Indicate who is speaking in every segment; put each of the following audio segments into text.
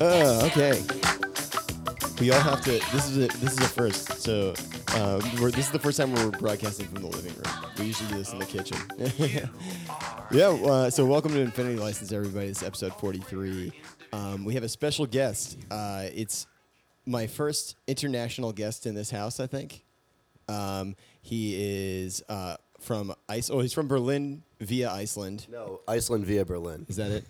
Speaker 1: Oh, okay. We all have to. This is a this is a first. So, um, we're, this is the first time we're broadcasting from the living room. We usually do this in the kitchen. yeah. Uh, so, welcome to Infinity License, everybody. This is episode forty-three. Um, we have a special guest. Uh, it's my first international guest in this house. I think um, he is uh, from Ice. Oh, he's from Berlin via Iceland.
Speaker 2: No, Iceland via Berlin.
Speaker 1: Is that it?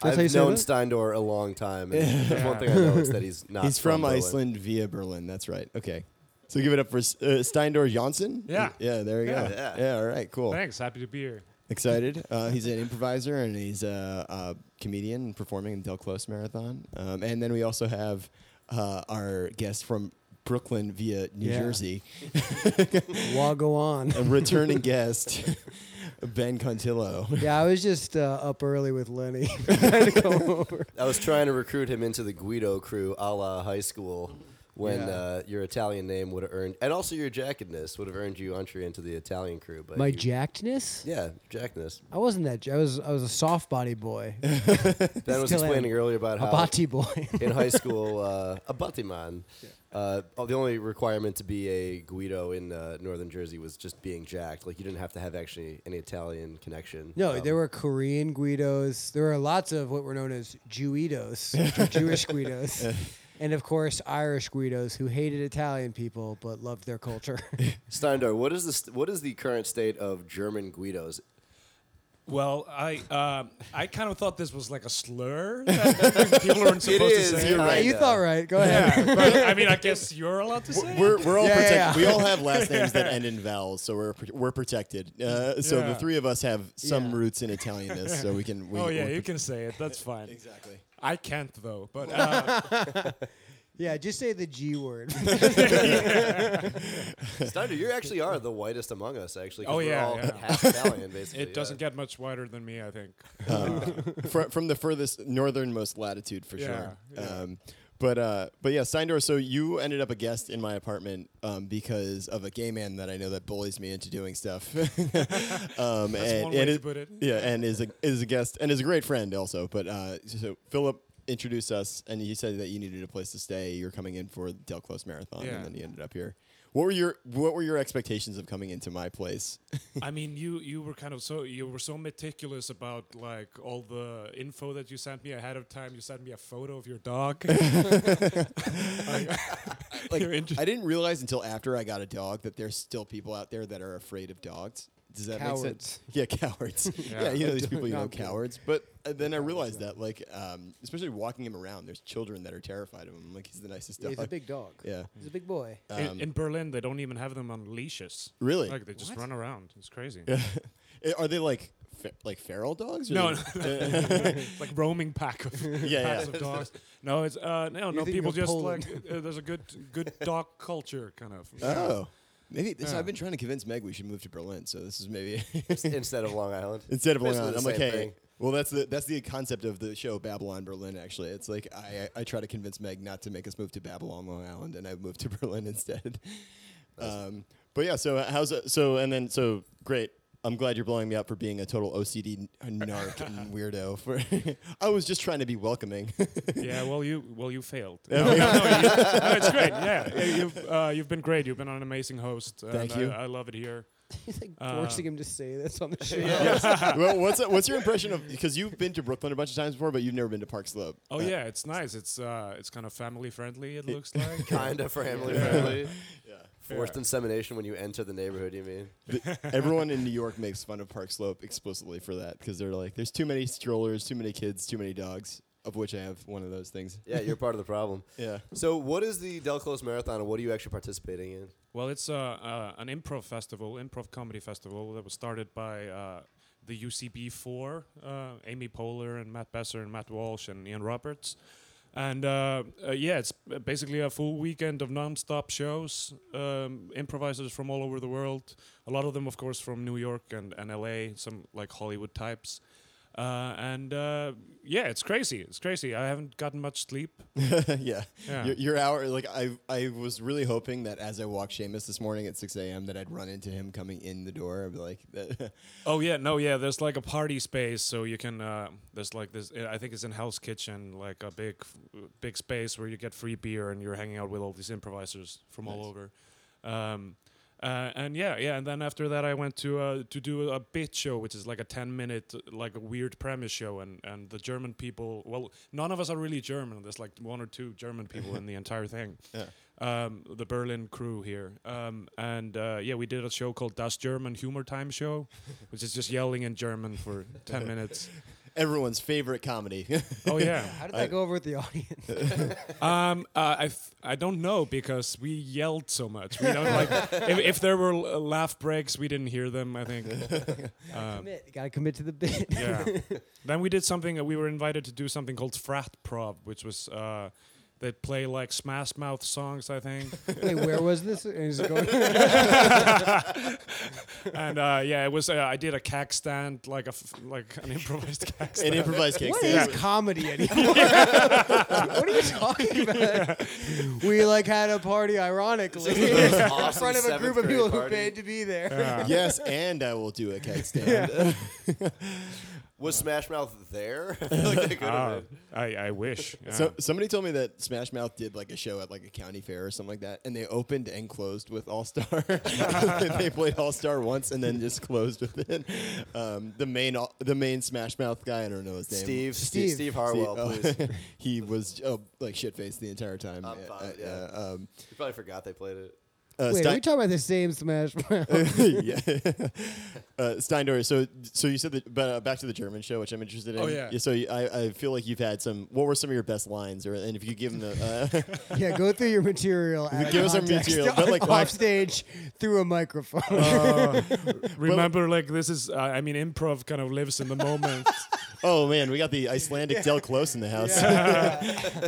Speaker 3: That's how you
Speaker 2: I've
Speaker 3: say
Speaker 2: known
Speaker 3: that?
Speaker 2: Steindor a long time. And There's one thing I know is that he's not.
Speaker 1: He's from,
Speaker 2: Berlin.
Speaker 1: Iceland via Berlin. That's right. Okay. So give it up for S- uh, Steindor Johnson.
Speaker 3: Yeah.
Speaker 1: Yeah, there you go.
Speaker 2: Yeah.
Speaker 1: Yeah. all right, cool.
Speaker 3: Thanks. Happy to be here.
Speaker 1: Excited. Uh, he's an improviser and he's a, a comedian performing in Del Close Marathon. Um, and then we also have uh, our guest from Brooklyn via New
Speaker 4: Yeah.
Speaker 1: Jersey,
Speaker 4: While go on.
Speaker 1: a returning guest, Ben Contillo.
Speaker 4: Yeah, I was just uh, up early with Lenny. Trying to go over.
Speaker 2: I was trying to recruit him into the Guido crew, a la high school, when
Speaker 4: Yeah.
Speaker 2: uh, your Italian name would have earned, and also your jackedness would have earned you entry into the Italian crew. But
Speaker 4: My
Speaker 2: you-
Speaker 4: jackedness?
Speaker 2: yeah, jackedness.
Speaker 4: I wasn't that. j- I was I was a soft body boy, a
Speaker 2: Ben was
Speaker 4: Still am.
Speaker 2: explaining earlier about how
Speaker 4: body boy.
Speaker 2: in high school, uh, a batiman. Uh, oh, the only requirement to be a Guido in uh, Northern Jersey was just being jacked. Like you didn't have to have actually any Italian connection.
Speaker 4: No,
Speaker 2: Um,
Speaker 4: there were Korean Guidos. There were lots of what were known as Jewitos, which are Jewish Guidos. And of course, Irish Guidos who hated Italian people but loved their culture.
Speaker 2: Steindor, what is the st- what is the current state of German Guidos?
Speaker 5: Well, I um, I kind of thought this was like a slur. that People aren't supposed
Speaker 2: is,
Speaker 5: to say.
Speaker 2: you're
Speaker 1: Uh,
Speaker 5: it.
Speaker 2: right.
Speaker 4: you
Speaker 2: know.
Speaker 4: thought right. Go ahead.
Speaker 5: Yeah, but I mean, I guess you're allowed to say. it?
Speaker 1: We're, we're all
Speaker 4: Yeah,
Speaker 1: protected.
Speaker 4: yeah.
Speaker 1: We all have last names that end in vowels, so we're pro- we're protected. Uh, so
Speaker 5: Yeah.
Speaker 1: the three of us have some
Speaker 4: Yeah.
Speaker 1: roots in Italianness, so we can. We,
Speaker 5: oh yeah,
Speaker 1: we're
Speaker 5: you
Speaker 1: pro-
Speaker 5: can say it. That's fine.
Speaker 1: Exactly.
Speaker 5: I can't though. But uh,
Speaker 4: Yeah, just say the G word.
Speaker 2: Steiner, you actually are the whitest among us, actually. 'cause
Speaker 5: Oh,
Speaker 2: we're
Speaker 5: yeah,
Speaker 2: all
Speaker 5: yeah.
Speaker 2: half Italian, basically.
Speaker 5: it doesn't
Speaker 2: yeah.
Speaker 5: get much wider than me. I think.
Speaker 1: Uh. Um, from, from the furthest northernmost latitude for
Speaker 5: Yeah,
Speaker 1: sure. Um, but uh, but yeah, Steindor. So you ended up a guest in my apartment um, because of a gay man that I know that bullies me into doing stuff. um, and,
Speaker 5: one way
Speaker 1: and
Speaker 5: to
Speaker 1: is-
Speaker 5: put it.
Speaker 1: Yeah, and is a is a guest and is a great friend also. But uh, so Philip introduced us, and you said that you needed a place to stay. You're coming in for Del Close Marathon,
Speaker 5: Yeah.
Speaker 1: and then you ended up here. What were your what were your expectations of coming into my place?
Speaker 5: I mean, you you were kind of so you were so meticulous about like all the info that you sent me ahead of time. You sent me a photo of your dog.
Speaker 1: like
Speaker 5: You're inter-
Speaker 1: I didn't realize until after I got a dog that there's still people out there that are afraid of dogs. Does that make sense?
Speaker 4: Cowards.
Speaker 1: Yeah, cowards. yeah. you know these people you know
Speaker 4: Not people.
Speaker 1: cowards. But uh, then I realized that like um, especially walking him around, there's children that are terrified of him. Like he's the nicest dog.
Speaker 4: He's a big dog.
Speaker 1: Yeah.
Speaker 4: He's a big boy.
Speaker 5: in, in Berlin, they don't even have them on leashes.
Speaker 1: Um. Really?
Speaker 5: Like they just run around. It's crazy.
Speaker 1: Uh, Are they like fe- like feral dogs? or
Speaker 5: No,
Speaker 1: they-
Speaker 5: It's like roaming pack of
Speaker 1: yeah.
Speaker 5: packs of dogs. No, it's uh, no, no.
Speaker 4: thinking
Speaker 5: People
Speaker 4: of
Speaker 5: just
Speaker 4: Poland.
Speaker 5: like uh, there's a good good dog culture kind of.
Speaker 1: Oh. Maybe so I've been trying to convince Meg we should move to Berlin, so this is maybe
Speaker 2: Instead of Long Island.
Speaker 1: instead of Long
Speaker 2: Basically
Speaker 1: Island.
Speaker 2: the
Speaker 1: I'm like,
Speaker 2: same
Speaker 1: hey,
Speaker 2: thing.
Speaker 1: well, that's the that's the concept of the show Babylon Berlin. Actually, it's like I I try to convince Meg not to make us move to Babylon Long Island, and I moved to Berlin instead. Um, but yeah, so how's so and then so great. I'm glad you're blowing me up for being a total OCD n- narc and weirdo. For I was just trying to be welcoming.
Speaker 5: Yeah, well you well you failed. No, no, no, you- no, it's great. Yeah, Yeah, you've uh, you've been great. You've been an amazing host. and
Speaker 1: Thank you.
Speaker 5: I, I love it here.
Speaker 4: He's like
Speaker 5: Uh,
Speaker 4: forcing him to say this on the show.
Speaker 1: well, what's what's your impression of because you've been to Brooklyn a bunch of times before, but you've never been to Park Slope.
Speaker 5: Oh yeah, it's nice. It's uh, it's kind of family friendly. It looks like.
Speaker 2: Kind of family friendly. Forced insemination when you enter the neighborhood, you mean?
Speaker 1: The- everyone in New York makes fun of Park Slope explicitly for that because they're like, there's too many strollers, too many kids, too many dogs, of which I have one of those things.
Speaker 2: Yeah, you're part of the problem.
Speaker 1: Yeah.
Speaker 2: So, what is the Del Close Marathon and what are you actually participating in?
Speaker 5: Well, it's uh, uh, an improv festival, improv comedy festival that was started by uh, the UCB Four, uh, Amy Poehler and Matt Besser and Matt Walsh and Ian Roberts, and uh, uh, yeah, it's b- basically a full weekend of non-stop shows, um, improvisers from all over the world. A lot of them, of course, from New York and, and LA, some like Hollywood types. Uh, and uh, yeah, it's crazy. It's crazy. I haven't gotten much sleep.
Speaker 1: yeah.
Speaker 5: Yeah.
Speaker 1: Your, your hour, like I, I was really hoping that as I walked Seamus this morning at 6 a.m. that I'd run into him coming in the door. I'd be like, that,
Speaker 5: Oh yeah, no, yeah. There's like a party space, so you can. Uh, there's like this. I think it's in Hell's Kitchen, like a big, big space where you get free beer and you're hanging out with all these improvisers from all over. Um, uh, and yeah, yeah. And then after that, I went to uh, to do a bit show, which is like a ten minute, like a weird premise show. And and the German people, well, none of us are really German. There's like one or two German people in the entire thing. Um, the Berlin crew here. Um, and uh, yeah, we did a show called Das German Humor Time Show, which is just yelling in German for 10 minutes.
Speaker 1: everyone's favorite comedy.
Speaker 5: Oh, yeah.
Speaker 4: How did that go over with the audience?
Speaker 5: Um, uh, I, th- I don't know because we yelled so much. We don't like, if, if there were uh, laugh breaks, we didn't hear them, I think.
Speaker 4: commit. Got to commit to the bit.
Speaker 5: Uh, Yeah. then we did something. uh, We were invited to do something called Frat Prov, which was uh, they play like Smash Mouth songs, I think.
Speaker 4: Wait, where was this? Is it going?
Speaker 5: and uh, yeah, it was. Uh, I did a cack stand, like a f- like an improvised cack stand.
Speaker 1: An improvised cake
Speaker 4: What is
Speaker 1: stand.
Speaker 4: comedy anymore? what are you talking about? we like had a party, ironically,
Speaker 2: most
Speaker 4: in
Speaker 2: awesome
Speaker 4: front of a
Speaker 2: seventh
Speaker 4: group of
Speaker 2: grade
Speaker 4: people who
Speaker 2: party.
Speaker 4: paid to be there.
Speaker 1: Yes, and I will do a cake stand.
Speaker 2: Was
Speaker 1: Uh,
Speaker 2: Smash Mouth there? I feel like they could have
Speaker 5: Uh,
Speaker 2: been.
Speaker 5: I, I wish. yeah.
Speaker 1: So somebody told me that Smash Mouth did like a show at like a county fair or something like that, and they opened and closed with All Star. they played All Star once and then just closed with it. Um, the main al- the main Smash Mouth guy, I don't know his name.
Speaker 2: Steve,
Speaker 4: Steve.
Speaker 2: Steve, Steve Harwell,
Speaker 1: Steve-
Speaker 2: please.
Speaker 1: oh, he was oh, like shit faced the entire time. Uh,
Speaker 2: I'm fine, yeah.
Speaker 1: um,
Speaker 2: You probably forgot they played it.
Speaker 1: uh,
Speaker 4: Wait, are we
Speaker 1: Stein-
Speaker 4: talking about the same Smash Mouth?
Speaker 1: yeah. uh, Steindor, so so you said that, but uh, back to the German show, which I'm interested in.
Speaker 5: Oh, yeah.
Speaker 1: So you- I, I feel like you've had some. What were some of your best lines, or and if you could give them the. Uh,
Speaker 4: yeah, go through your material. out of
Speaker 1: Give us our
Speaker 4: context,
Speaker 1: material, but, like,
Speaker 4: off
Speaker 1: like- Uh,
Speaker 4: stage through a microphone.
Speaker 5: Remember, like this is. Uh, I mean, improv kind of lives in the moment.
Speaker 1: oh man, we got the Icelandic Del Close in the house.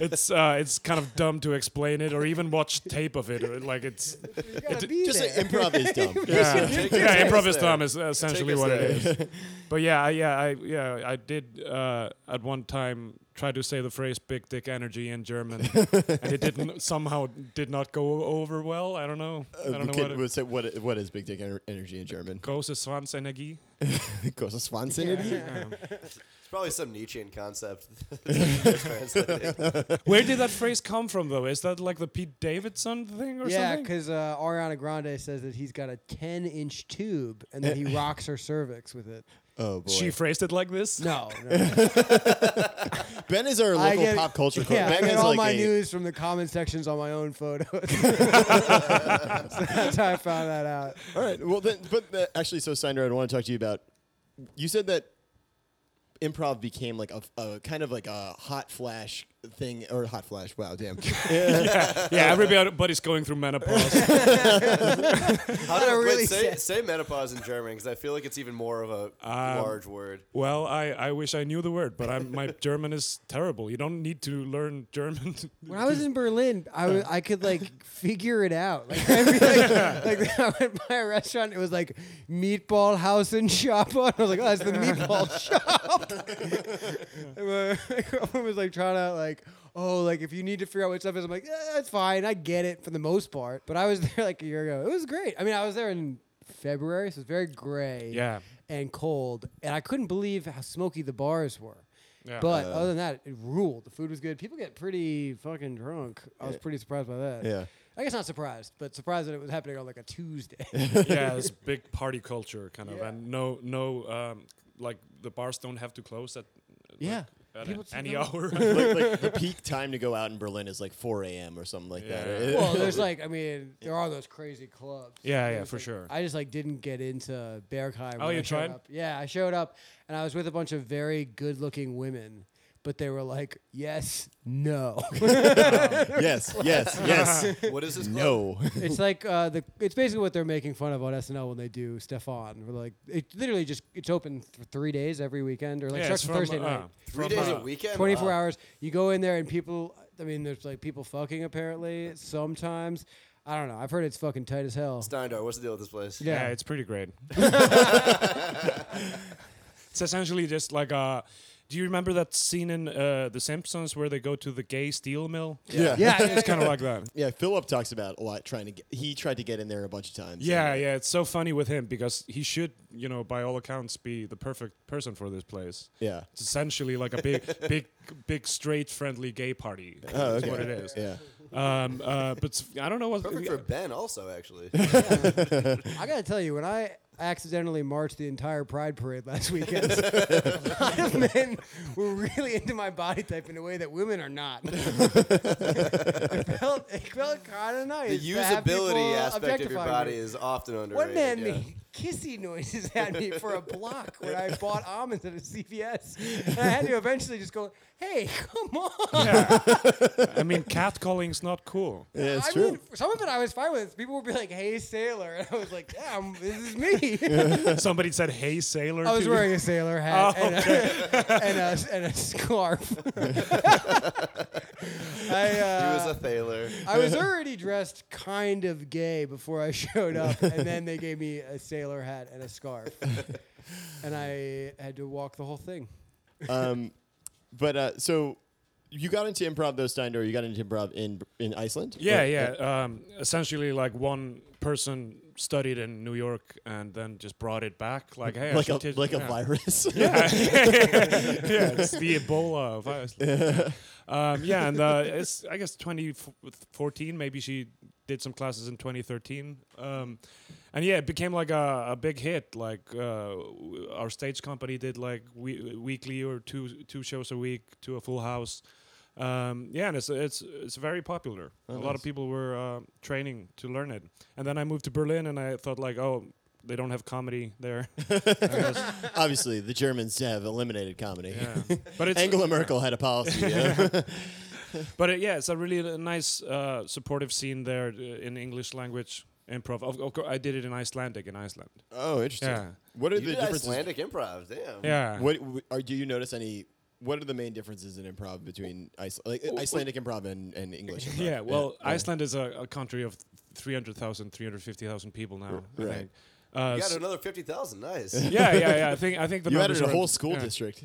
Speaker 5: it's uh, it's kind of dumb to explain it or even watch tape of it. or, Like it's
Speaker 4: You gotta be
Speaker 1: Just like
Speaker 4: there.
Speaker 1: improv is dumb.
Speaker 5: yeah,
Speaker 2: Take us-
Speaker 5: yeah
Speaker 2: take
Speaker 5: improv
Speaker 2: us
Speaker 5: is
Speaker 2: there.
Speaker 5: dumb is essentially
Speaker 2: us
Speaker 5: what
Speaker 2: there.
Speaker 5: it is. But yeah, I, yeah, I yeah, I did uh, at one time try to say the phrase "big dick energy" in German, and it didn't somehow did not go over well. I don't know. I don't know
Speaker 1: Okay,
Speaker 5: what. It,
Speaker 1: what's it- what, what is big dick ener- energy in German?
Speaker 5: Große Schwanzenergie.
Speaker 1: Große Schwanzenergie?
Speaker 2: It's probably some Nietzschean concept. Translated.
Speaker 5: Where did that phrase come from, though? Is that like the Pete Davidson thing or
Speaker 4: Yeah,
Speaker 5: something?
Speaker 4: because uh, Ariana Grande says that he's got a 10 inch tube and that he rocks her cervix with it.
Speaker 1: Oh boy.
Speaker 5: She phrased it like this.
Speaker 4: No, no.
Speaker 1: ben is our
Speaker 4: I
Speaker 1: local
Speaker 4: get-
Speaker 1: pop culture.
Speaker 4: Yeah,
Speaker 1: ben
Speaker 4: I get
Speaker 1: has
Speaker 4: all
Speaker 1: like
Speaker 4: my
Speaker 1: a-
Speaker 4: news from the comment sections on my own photos. so that's how I found that out.
Speaker 1: All right. Well, then, but the, actually, so Sandra, I want to talk to you about. You said that improv became like a, a kind of like a hot flash thing, or hot flash. Wow, damn.
Speaker 5: yeah, everybody's going through menopause.
Speaker 2: How do I
Speaker 4: really
Speaker 2: really say,
Speaker 4: sad.
Speaker 2: say menopause in German? Because I feel like it's even more of a large word.
Speaker 5: well, I, I wish I knew the word, but I'm, my German is terrible. You don't need to learn German.
Speaker 4: When I was in Berlin, I wa- I could like figure it out. Like, every, like, like I went by a restaurant, it was like meatball house and shop. I was like, oh, it's the meatball shop. And my my girlfriend was like trying to like, oh, like if you need to figure out what stuff is, I'm like, eh, that's fine. I get it for the most part. But I was there like a year ago. It was great. I mean, I was there in February, so it's very gray
Speaker 5: Yeah.
Speaker 4: and cold, and I couldn't believe how smoky the bars were.
Speaker 5: Yeah.
Speaker 4: But other than that, it ruled. The food was good. People get pretty fucking drunk. I was pretty surprised by that.
Speaker 1: Yeah.
Speaker 4: I guess not surprised, but surprised that it was happening on like a Tuesday.
Speaker 5: yeah, this big party culture kind of, and no, no, um, like the bars don't have to close at,
Speaker 4: yeah.
Speaker 5: at
Speaker 4: People just
Speaker 5: any
Speaker 4: don't-
Speaker 5: hour.
Speaker 1: like, like the peak time to go out in Berlin is like 4 a.m. or something like that.
Speaker 5: Yeah.
Speaker 4: Well, there's like, I mean, there are those crazy clubs.
Speaker 5: Yeah,
Speaker 4: It
Speaker 5: yeah,
Speaker 4: was,
Speaker 5: for
Speaker 4: like-
Speaker 5: sure.
Speaker 4: I just like didn't get into Bergheim.
Speaker 5: Oh,
Speaker 4: when
Speaker 5: you
Speaker 4: I showed
Speaker 5: tried?
Speaker 4: Up. Yeah, I showed up and I was with a bunch of very good-looking women, but they were like, yes, no.
Speaker 1: yes, yes, yes.
Speaker 2: What is this? called?
Speaker 1: no.
Speaker 4: it's like uh, the it's basically what they're making fun of on SNL when they do Stefan. We're like it literally just it's open for three days every weekend or like
Speaker 5: yeah, uh,
Speaker 4: starts Thursday night.
Speaker 2: Three days a weekend.
Speaker 4: 24
Speaker 2: Wow.
Speaker 4: hours. You go in there and people. I mean, there's like people fucking apparently sometimes. I don't know. I've heard it's fucking tight as hell.
Speaker 2: Steindar, what's the deal with this place?
Speaker 5: Yeah.
Speaker 4: Yeah.
Speaker 5: it's pretty great. It's essentially just like a. Do you remember that scene in uh, The Simpsons where they go to the gay steel mill?
Speaker 1: Yeah.
Speaker 4: Yeah,
Speaker 5: it's kind of like that.
Speaker 1: Yeah, Philip talks about a lot trying to get. He tried to get in there a bunch of times.
Speaker 5: Yeah, yeah, it's so funny with him because he should, you know, by all accounts, be the perfect person for this place.
Speaker 1: Yeah.
Speaker 5: It's essentially like a big, big, big straight-friendly gay party.
Speaker 1: Oh,
Speaker 5: is
Speaker 1: okay.
Speaker 5: what it is.
Speaker 1: Yeah.
Speaker 5: Um, uh, but s- I don't know what.
Speaker 2: Perfect for Ben, also actually.
Speaker 4: I gotta tell you, when I accidentally marched the entire Pride Parade last weekend, a lot of men were really into my body type in a way that women are not. it felt, it felt kind
Speaker 2: The
Speaker 4: of nice. to have people
Speaker 2: usability aspect of your
Speaker 4: objectify me.
Speaker 2: body is often
Speaker 4: One
Speaker 2: underrated.
Speaker 4: man
Speaker 2: yeah.
Speaker 4: made kissy noises at me for a block when I bought almonds at a CVS, and I had to eventually just go, "Hey, come on!"
Speaker 5: I mean, catcalling's not cool.
Speaker 1: Yeah, it's
Speaker 4: I
Speaker 1: true.
Speaker 4: mean, some of it I was fine with. People would be like, "Hey, sailor," and I was like, "Yeah, I'm- this is me."
Speaker 5: Somebody said, "Hey, sailor."
Speaker 4: I was
Speaker 5: to you.
Speaker 4: wearing a sailor hat
Speaker 5: Oh,
Speaker 4: and, a, and, a, and a scarf. I,
Speaker 2: He
Speaker 4: uh,
Speaker 2: was a thaler.
Speaker 4: I was already dressed kind of gay before I showed up, and then they gave me a sailor hat and a scarf, and I had to walk the whole thing.
Speaker 1: um, but uh, so you got into improv though, Steindor. You got into improv in in Iceland.
Speaker 5: Yeah,
Speaker 1: Or- uh,
Speaker 5: yeah. Um, essentially, like one person studied in New York and then just brought it back. Like, hey, I
Speaker 1: Like a
Speaker 5: should teach-
Speaker 1: like a
Speaker 5: yeah.
Speaker 1: virus.
Speaker 5: yeah, yeah, it's the Ebola of Iceland. um, yeah, and uh, it's I guess 2014. Maybe she did some classes in 2013, um, and yeah, it became like a, a big hit. Like uh, w- our stage company did like we- weekly or two two shows a week to a full house. Um, yeah, and it's it's it's very popular. a lot of people were uh, training to learn it, and then I moved to Berlin, and I thought like, oh, they don't have comedy there.
Speaker 1: Obviously, the Germans have eliminated comedy.
Speaker 5: Yeah. But it's
Speaker 1: Angela Merkel had a policy. yeah.
Speaker 5: But uh, yeah, it's a really uh, nice uh, supportive scene there uh, in English language improv. Of, of course, I did it in Icelandic in Iceland.
Speaker 1: Oh, interesting.
Speaker 5: Yeah.
Speaker 1: What are
Speaker 2: You
Speaker 1: the
Speaker 2: did
Speaker 1: differences?
Speaker 2: Icelandic improv, damn.
Speaker 5: Yeah.
Speaker 1: What w- are do you notice any? What are the main differences in improv between Ice, like, uh, Icelandic improv and, and English? Improv?
Speaker 5: Yeah, well, Iceland is a, a country of 300,000, 350,000 people now. I
Speaker 1: right.
Speaker 5: think. Uh,
Speaker 2: You got
Speaker 5: s-
Speaker 2: another fifty thousand. Nice.
Speaker 5: yeah, yeah, yeah. I think I think the
Speaker 1: you
Speaker 5: numbers
Speaker 1: added a
Speaker 5: are-
Speaker 1: whole school
Speaker 5: yeah.
Speaker 1: district.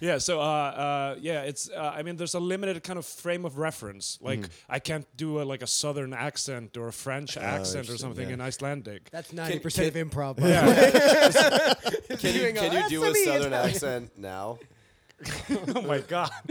Speaker 5: Yeah, so uh, uh, yeah, it's uh, I mean, there's a limited kind of frame of reference. Like
Speaker 1: Mm-hmm.
Speaker 5: I can't do a, like a southern accent or a French accent or
Speaker 1: Ah, interesting,
Speaker 5: something
Speaker 1: yeah.
Speaker 5: in Icelandic.
Speaker 4: That's ninety percent of improv. by the way.
Speaker 5: yeah.
Speaker 2: Can you,
Speaker 4: Doing a-
Speaker 2: can you
Speaker 4: that's
Speaker 2: do
Speaker 4: for
Speaker 2: a
Speaker 4: me, it's
Speaker 2: southern
Speaker 4: not-
Speaker 2: accent now?
Speaker 5: oh my god.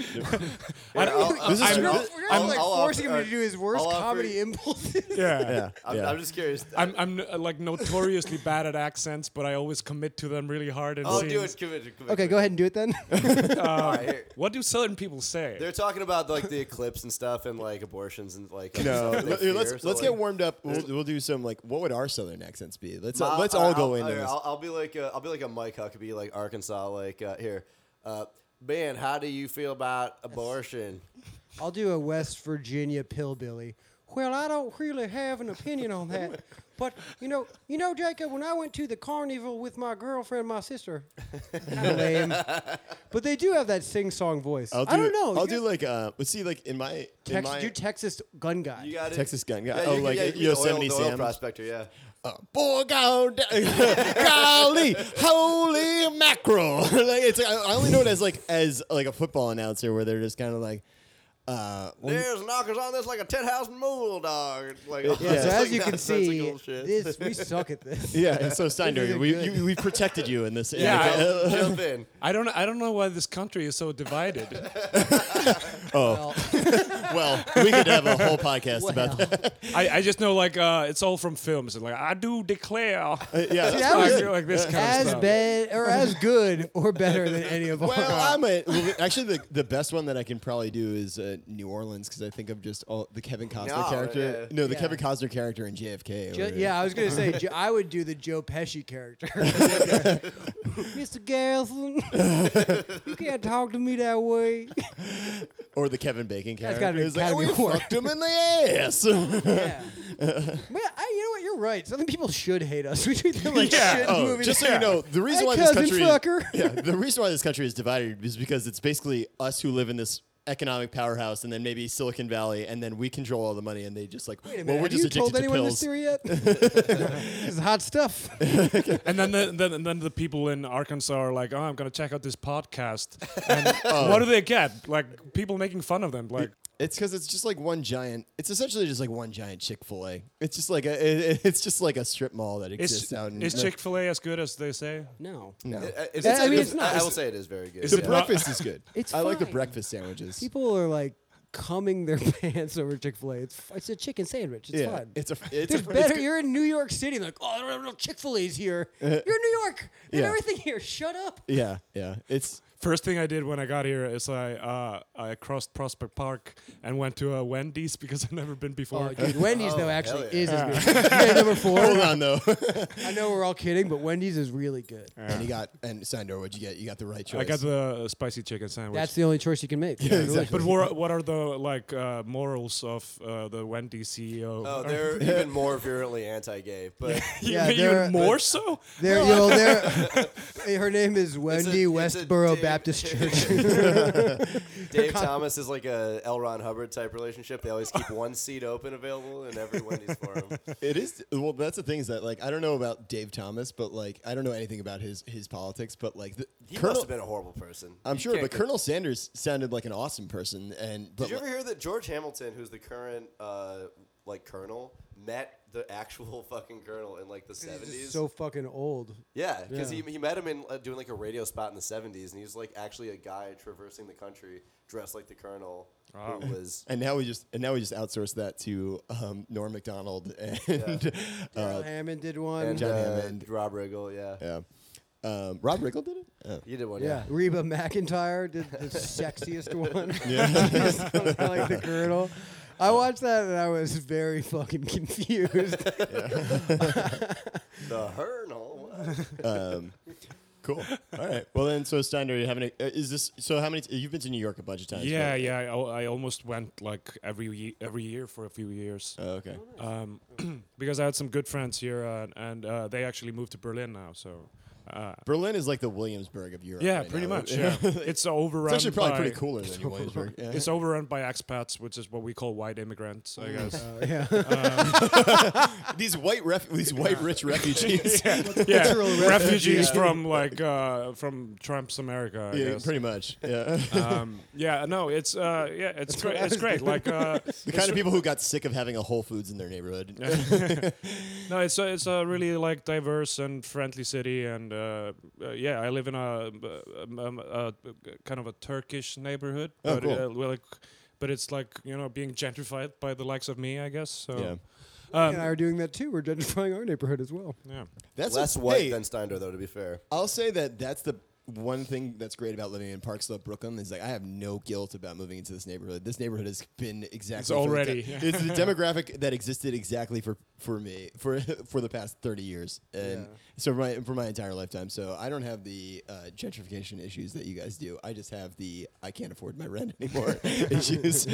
Speaker 2: I
Speaker 5: don't-
Speaker 1: This is
Speaker 4: We're
Speaker 1: true.
Speaker 4: not, we're not,
Speaker 2: I'll-
Speaker 4: like
Speaker 2: I'll
Speaker 4: forcing
Speaker 2: offer-
Speaker 4: him to do his worst
Speaker 2: I'll offer-
Speaker 4: comedy impulses.
Speaker 5: Yeah.
Speaker 1: yeah,
Speaker 2: I'm,
Speaker 1: yeah.
Speaker 2: I'm just curious.
Speaker 5: I'm, I'm uh, like notoriously bad at accents, but I always commit to them really hard. And
Speaker 1: Oh,
Speaker 2: I'll do it. Commit, commit,
Speaker 4: Okay, go ahead and do it then.
Speaker 2: All right, here.
Speaker 5: What do southern people say?
Speaker 2: They're talking about like the eclipse and stuff, and like abortions and like. other
Speaker 1: No,
Speaker 2: stuff they
Speaker 1: let,
Speaker 2: fear,
Speaker 1: us
Speaker 2: so,
Speaker 1: let's
Speaker 2: like,
Speaker 1: get warmed up. We'll, we'll do some like what would our southern accents be? Let's
Speaker 2: I'll-
Speaker 1: let's
Speaker 2: I'll-
Speaker 1: all go
Speaker 2: I'll-
Speaker 1: into this.
Speaker 2: I'll, I'll be like a, I'll be like a Mike Huckabee, like Arkansas, like uh, here. Uh, man, how do you feel about abortion?
Speaker 4: I'll do a West Virginia pillbilly. Well, I don't really have an opinion on that, but you know, you know, Jacob, when I went to the carnival with my girlfriend, my sister, kinda lame. but they do have that sing-song voice.
Speaker 1: I'll do,
Speaker 4: I don't know.
Speaker 1: I'll
Speaker 4: you
Speaker 1: do like uh, let's see like in my in
Speaker 4: Tex-
Speaker 1: my
Speaker 4: do Texas gun guy.
Speaker 2: You got it.
Speaker 1: Texas gun guy.
Speaker 2: Yeah,
Speaker 1: oh,
Speaker 2: you-
Speaker 1: like
Speaker 2: yeah, you- the oil-
Speaker 1: Yosemite
Speaker 2: the oil
Speaker 1: Sam.
Speaker 2: prospector. Yeah.
Speaker 1: Uh, boy, go down- golly, holy mackerel! like it's I I only know it as like as like a football announcer where they're just kind of like, uh, well,
Speaker 2: There's knockers on this like a ten house mule dog. Like,
Speaker 4: yeah, so as you can see,
Speaker 2: nonsensical shit.
Speaker 4: this we suck at this.
Speaker 1: yeah. and So Steindor,
Speaker 4: isn't
Speaker 1: we
Speaker 4: good.
Speaker 1: you, we protected you in this.
Speaker 5: Yeah.
Speaker 2: Jump- jump in.
Speaker 5: I don't. I don't know why this country is so divided.
Speaker 4: Well,
Speaker 1: well, we could have a whole podcast about
Speaker 4: Well.
Speaker 1: that.
Speaker 5: I, I just know like uh, it's all from films. And, like I do declare,
Speaker 1: Uh, Yeah.
Speaker 4: See,
Speaker 1: that's
Speaker 4: that
Speaker 1: what I
Speaker 4: was
Speaker 1: do.
Speaker 5: like this kind of
Speaker 4: as
Speaker 5: stuff.
Speaker 4: bad or as good or better than any of our.
Speaker 1: Well, I'm a, well, actually the, the best one that I can probably do is uh, New Orleans because I think of just all the Kevin Costner
Speaker 2: No,
Speaker 1: character.
Speaker 2: yeah.
Speaker 1: No, the
Speaker 4: Yeah.
Speaker 1: Kevin Costner character in JFK.
Speaker 4: Ju-
Speaker 1: or-
Speaker 4: yeah, I was gonna say Jo- I would do the Joe Pesci character, Mr. Garrison. you can't talk to me that way.
Speaker 1: or the Kevin Bacon
Speaker 4: That's
Speaker 1: character.
Speaker 4: gotta be
Speaker 1: It's like,
Speaker 4: Academy
Speaker 1: we
Speaker 4: Award."
Speaker 1: fucked him in the ass. yeah,
Speaker 4: Yeah, man, I, you know what? You're right. Southern people should hate us. We treat them like shit.
Speaker 1: oh,
Speaker 4: movies.
Speaker 1: just so you know, the reason
Speaker 4: Hey,
Speaker 1: why this
Speaker 4: cousin
Speaker 1: country,
Speaker 4: fucker.
Speaker 1: yeah, the reason why this country is divided is because it's basically us who live in this economic powerhouse, and then maybe Silicon Valley, and then we control all the money, and they just like,
Speaker 4: Wait a minute,
Speaker 1: well, we're
Speaker 4: have
Speaker 1: just
Speaker 4: you told
Speaker 1: addicted to
Speaker 4: anyone
Speaker 1: pills.
Speaker 4: this theory yet? this is hot stuff.
Speaker 5: And then the, then then the people in Arkansas are like, oh, I'm gonna check out this podcast. And
Speaker 1: Oh.
Speaker 5: what do they get? Like people making fun of them. Like
Speaker 1: It's because it's just like one giant. It's essentially just like one giant Chick Fil A. It's just like a. It, it's just like a strip mall that exists
Speaker 5: is,
Speaker 1: out in.
Speaker 5: is Chick uh, Fil A as good as they say?
Speaker 4: No.
Speaker 1: no.
Speaker 2: I- it's-
Speaker 4: Yeah, I
Speaker 2: it
Speaker 4: mean,
Speaker 2: is-
Speaker 4: it's not-
Speaker 2: I will say it is very good.
Speaker 5: Is
Speaker 1: The
Speaker 5: it not-
Speaker 1: breakfast is good.
Speaker 4: It's
Speaker 1: I like the
Speaker 4: fine.
Speaker 1: breakfast sandwiches.
Speaker 4: People are like cumming their pants over Chick Fil A. It's f- it's a chicken sandwich. It's
Speaker 1: yeah,
Speaker 4: fun.
Speaker 1: it's a. It's
Speaker 4: There's
Speaker 1: a,
Speaker 4: better.
Speaker 1: It's good. Uh,
Speaker 4: you're in New York City. Like, oh, there are no Chick Fil A's here. You're in New York. There's
Speaker 1: yeah.
Speaker 4: everything here. Shut up.
Speaker 1: Yeah, yeah. It's
Speaker 5: First thing I did when I got here is I uh, I crossed Prospect Park and went to a Wendy's because I've never been before.
Speaker 4: Oh, dude, Wendy's though
Speaker 2: hell
Speaker 4: actually
Speaker 2: yeah.
Speaker 4: is as good. Okay, number
Speaker 1: hold
Speaker 4: four.
Speaker 1: on though.
Speaker 4: I know we're all kidding, but Wendy's is really good.
Speaker 1: and you got and Sandor, what'd you get? You got the right choice.
Speaker 5: I got the uh, spicy chicken sandwich.
Speaker 4: That's the only choice you can make. Yeah,
Speaker 1: exactly.
Speaker 5: but what, what are the like uh, morals of uh, the Wendy's CEO?
Speaker 2: Oh, they're even more virulently anti-gay, but
Speaker 4: Yeah, they're-
Speaker 5: even more so.
Speaker 4: There, you know, there. Her name is Wendy
Speaker 2: it's a
Speaker 4: Westboro
Speaker 2: Dave-
Speaker 4: Baptist Church.
Speaker 2: Dave Thomas is like a L. Ron Hubbard type relationship. They always keep one seat open available in every Wendy's for him.
Speaker 1: It is well. That's the thing is that like I don't know about Dave Thomas, but like I don't know anything about his his politics. But like the,
Speaker 2: He
Speaker 1: Colonel,
Speaker 2: must have been a horrible person.
Speaker 1: I'm
Speaker 2: You
Speaker 1: sure,
Speaker 2: can't
Speaker 1: but
Speaker 2: go-
Speaker 1: Colonel Sanders sounded like an awesome person. And but
Speaker 2: Did you ever
Speaker 1: like-
Speaker 2: hear that George Hamilton, who's the current uh, like colonel, met the actual fucking colonel in like the
Speaker 4: She's
Speaker 2: seventies?
Speaker 4: so fucking old.
Speaker 2: yeah, because
Speaker 4: Yeah.
Speaker 2: he, he met him in uh, doing like a radio spot in the seventies, and he was like actually a guy traversing the country dressed like the colonel, who was
Speaker 1: and now we just and now we just outsource that to um, Norm Macdonald and
Speaker 4: Daryl Hammond did one.
Speaker 2: and
Speaker 1: John
Speaker 2: uh,
Speaker 1: Hammond.
Speaker 2: Rob Riggle. Yeah.
Speaker 1: yeah, um, Rob Rickle did it. Oh.
Speaker 2: you did one.
Speaker 4: yeah.
Speaker 2: Yeah,
Speaker 4: Reba McIntyre did the sexiest one.
Speaker 1: Yeah.
Speaker 4: I like the girdle. I watched that and I was very fucking confused.
Speaker 2: the colonel.
Speaker 1: Um, cool. All right. Well then, so Steiner, you having a, uh, is this? So how many? You've been to New York a bunch of times.
Speaker 5: Yeah,
Speaker 1: right?
Speaker 5: yeah. I, al- I almost went like every ye- every year for a few years
Speaker 1: Oh, okay.
Speaker 5: um, because I had some good friends here uh, and uh, they actually moved to Berlin now. So uh,
Speaker 1: Berlin is like the Williamsburg of Europe.
Speaker 5: yeah,
Speaker 1: right
Speaker 5: pretty
Speaker 1: now.
Speaker 5: much. Yeah, it's overrun.
Speaker 1: It's actually probably
Speaker 5: by-
Speaker 1: pretty cooler than Williamsburg. Yeah.
Speaker 5: It's overrun by expats, which is what we call white immigrants,
Speaker 1: Mm.
Speaker 5: I guess.
Speaker 4: yeah.
Speaker 1: these white ref- these white rich refugees. yeah,
Speaker 5: um, yeah,
Speaker 4: Cultural
Speaker 5: refugees
Speaker 4: refugee.
Speaker 5: from like uh, from Trump's America. I guess.
Speaker 1: pretty much. Yeah,
Speaker 5: um, yeah, no, it's uh, yeah, it's great. It's great. Like uh,
Speaker 1: the kind of people who got sick of having a Whole Foods in their neighborhood.
Speaker 5: no, it's a, it's a really like diverse and friendly city, and uh, uh, yeah, I live in a, um, um, uh kind of a Turkish neighborhood,
Speaker 1: Oh,
Speaker 5: but
Speaker 1: cool.
Speaker 5: uh, well, like, but it's like you know being gentrified by the likes of me, I guess. So
Speaker 1: Yeah.
Speaker 5: um,
Speaker 4: and I are doing that too. We're gentrifying our neighborhood as well.
Speaker 5: yeah.
Speaker 1: That's
Speaker 2: Less
Speaker 1: a,
Speaker 2: white
Speaker 1: hey,
Speaker 2: than Steiner, though. To be fair,
Speaker 1: I'll say that that's the one thing that's great about living in Park Slope, Brooklyn is like I have no guilt about moving into this neighborhood. This neighborhood has been exactly for the
Speaker 5: already-
Speaker 1: de- it's the demographic that existed exactly for for me for for the past thirty years and
Speaker 4: Yeah.
Speaker 1: so my for my entire lifetime. So I don't have the uh, gentrification issues that you guys do. I just have the I can't afford my rent anymore issues.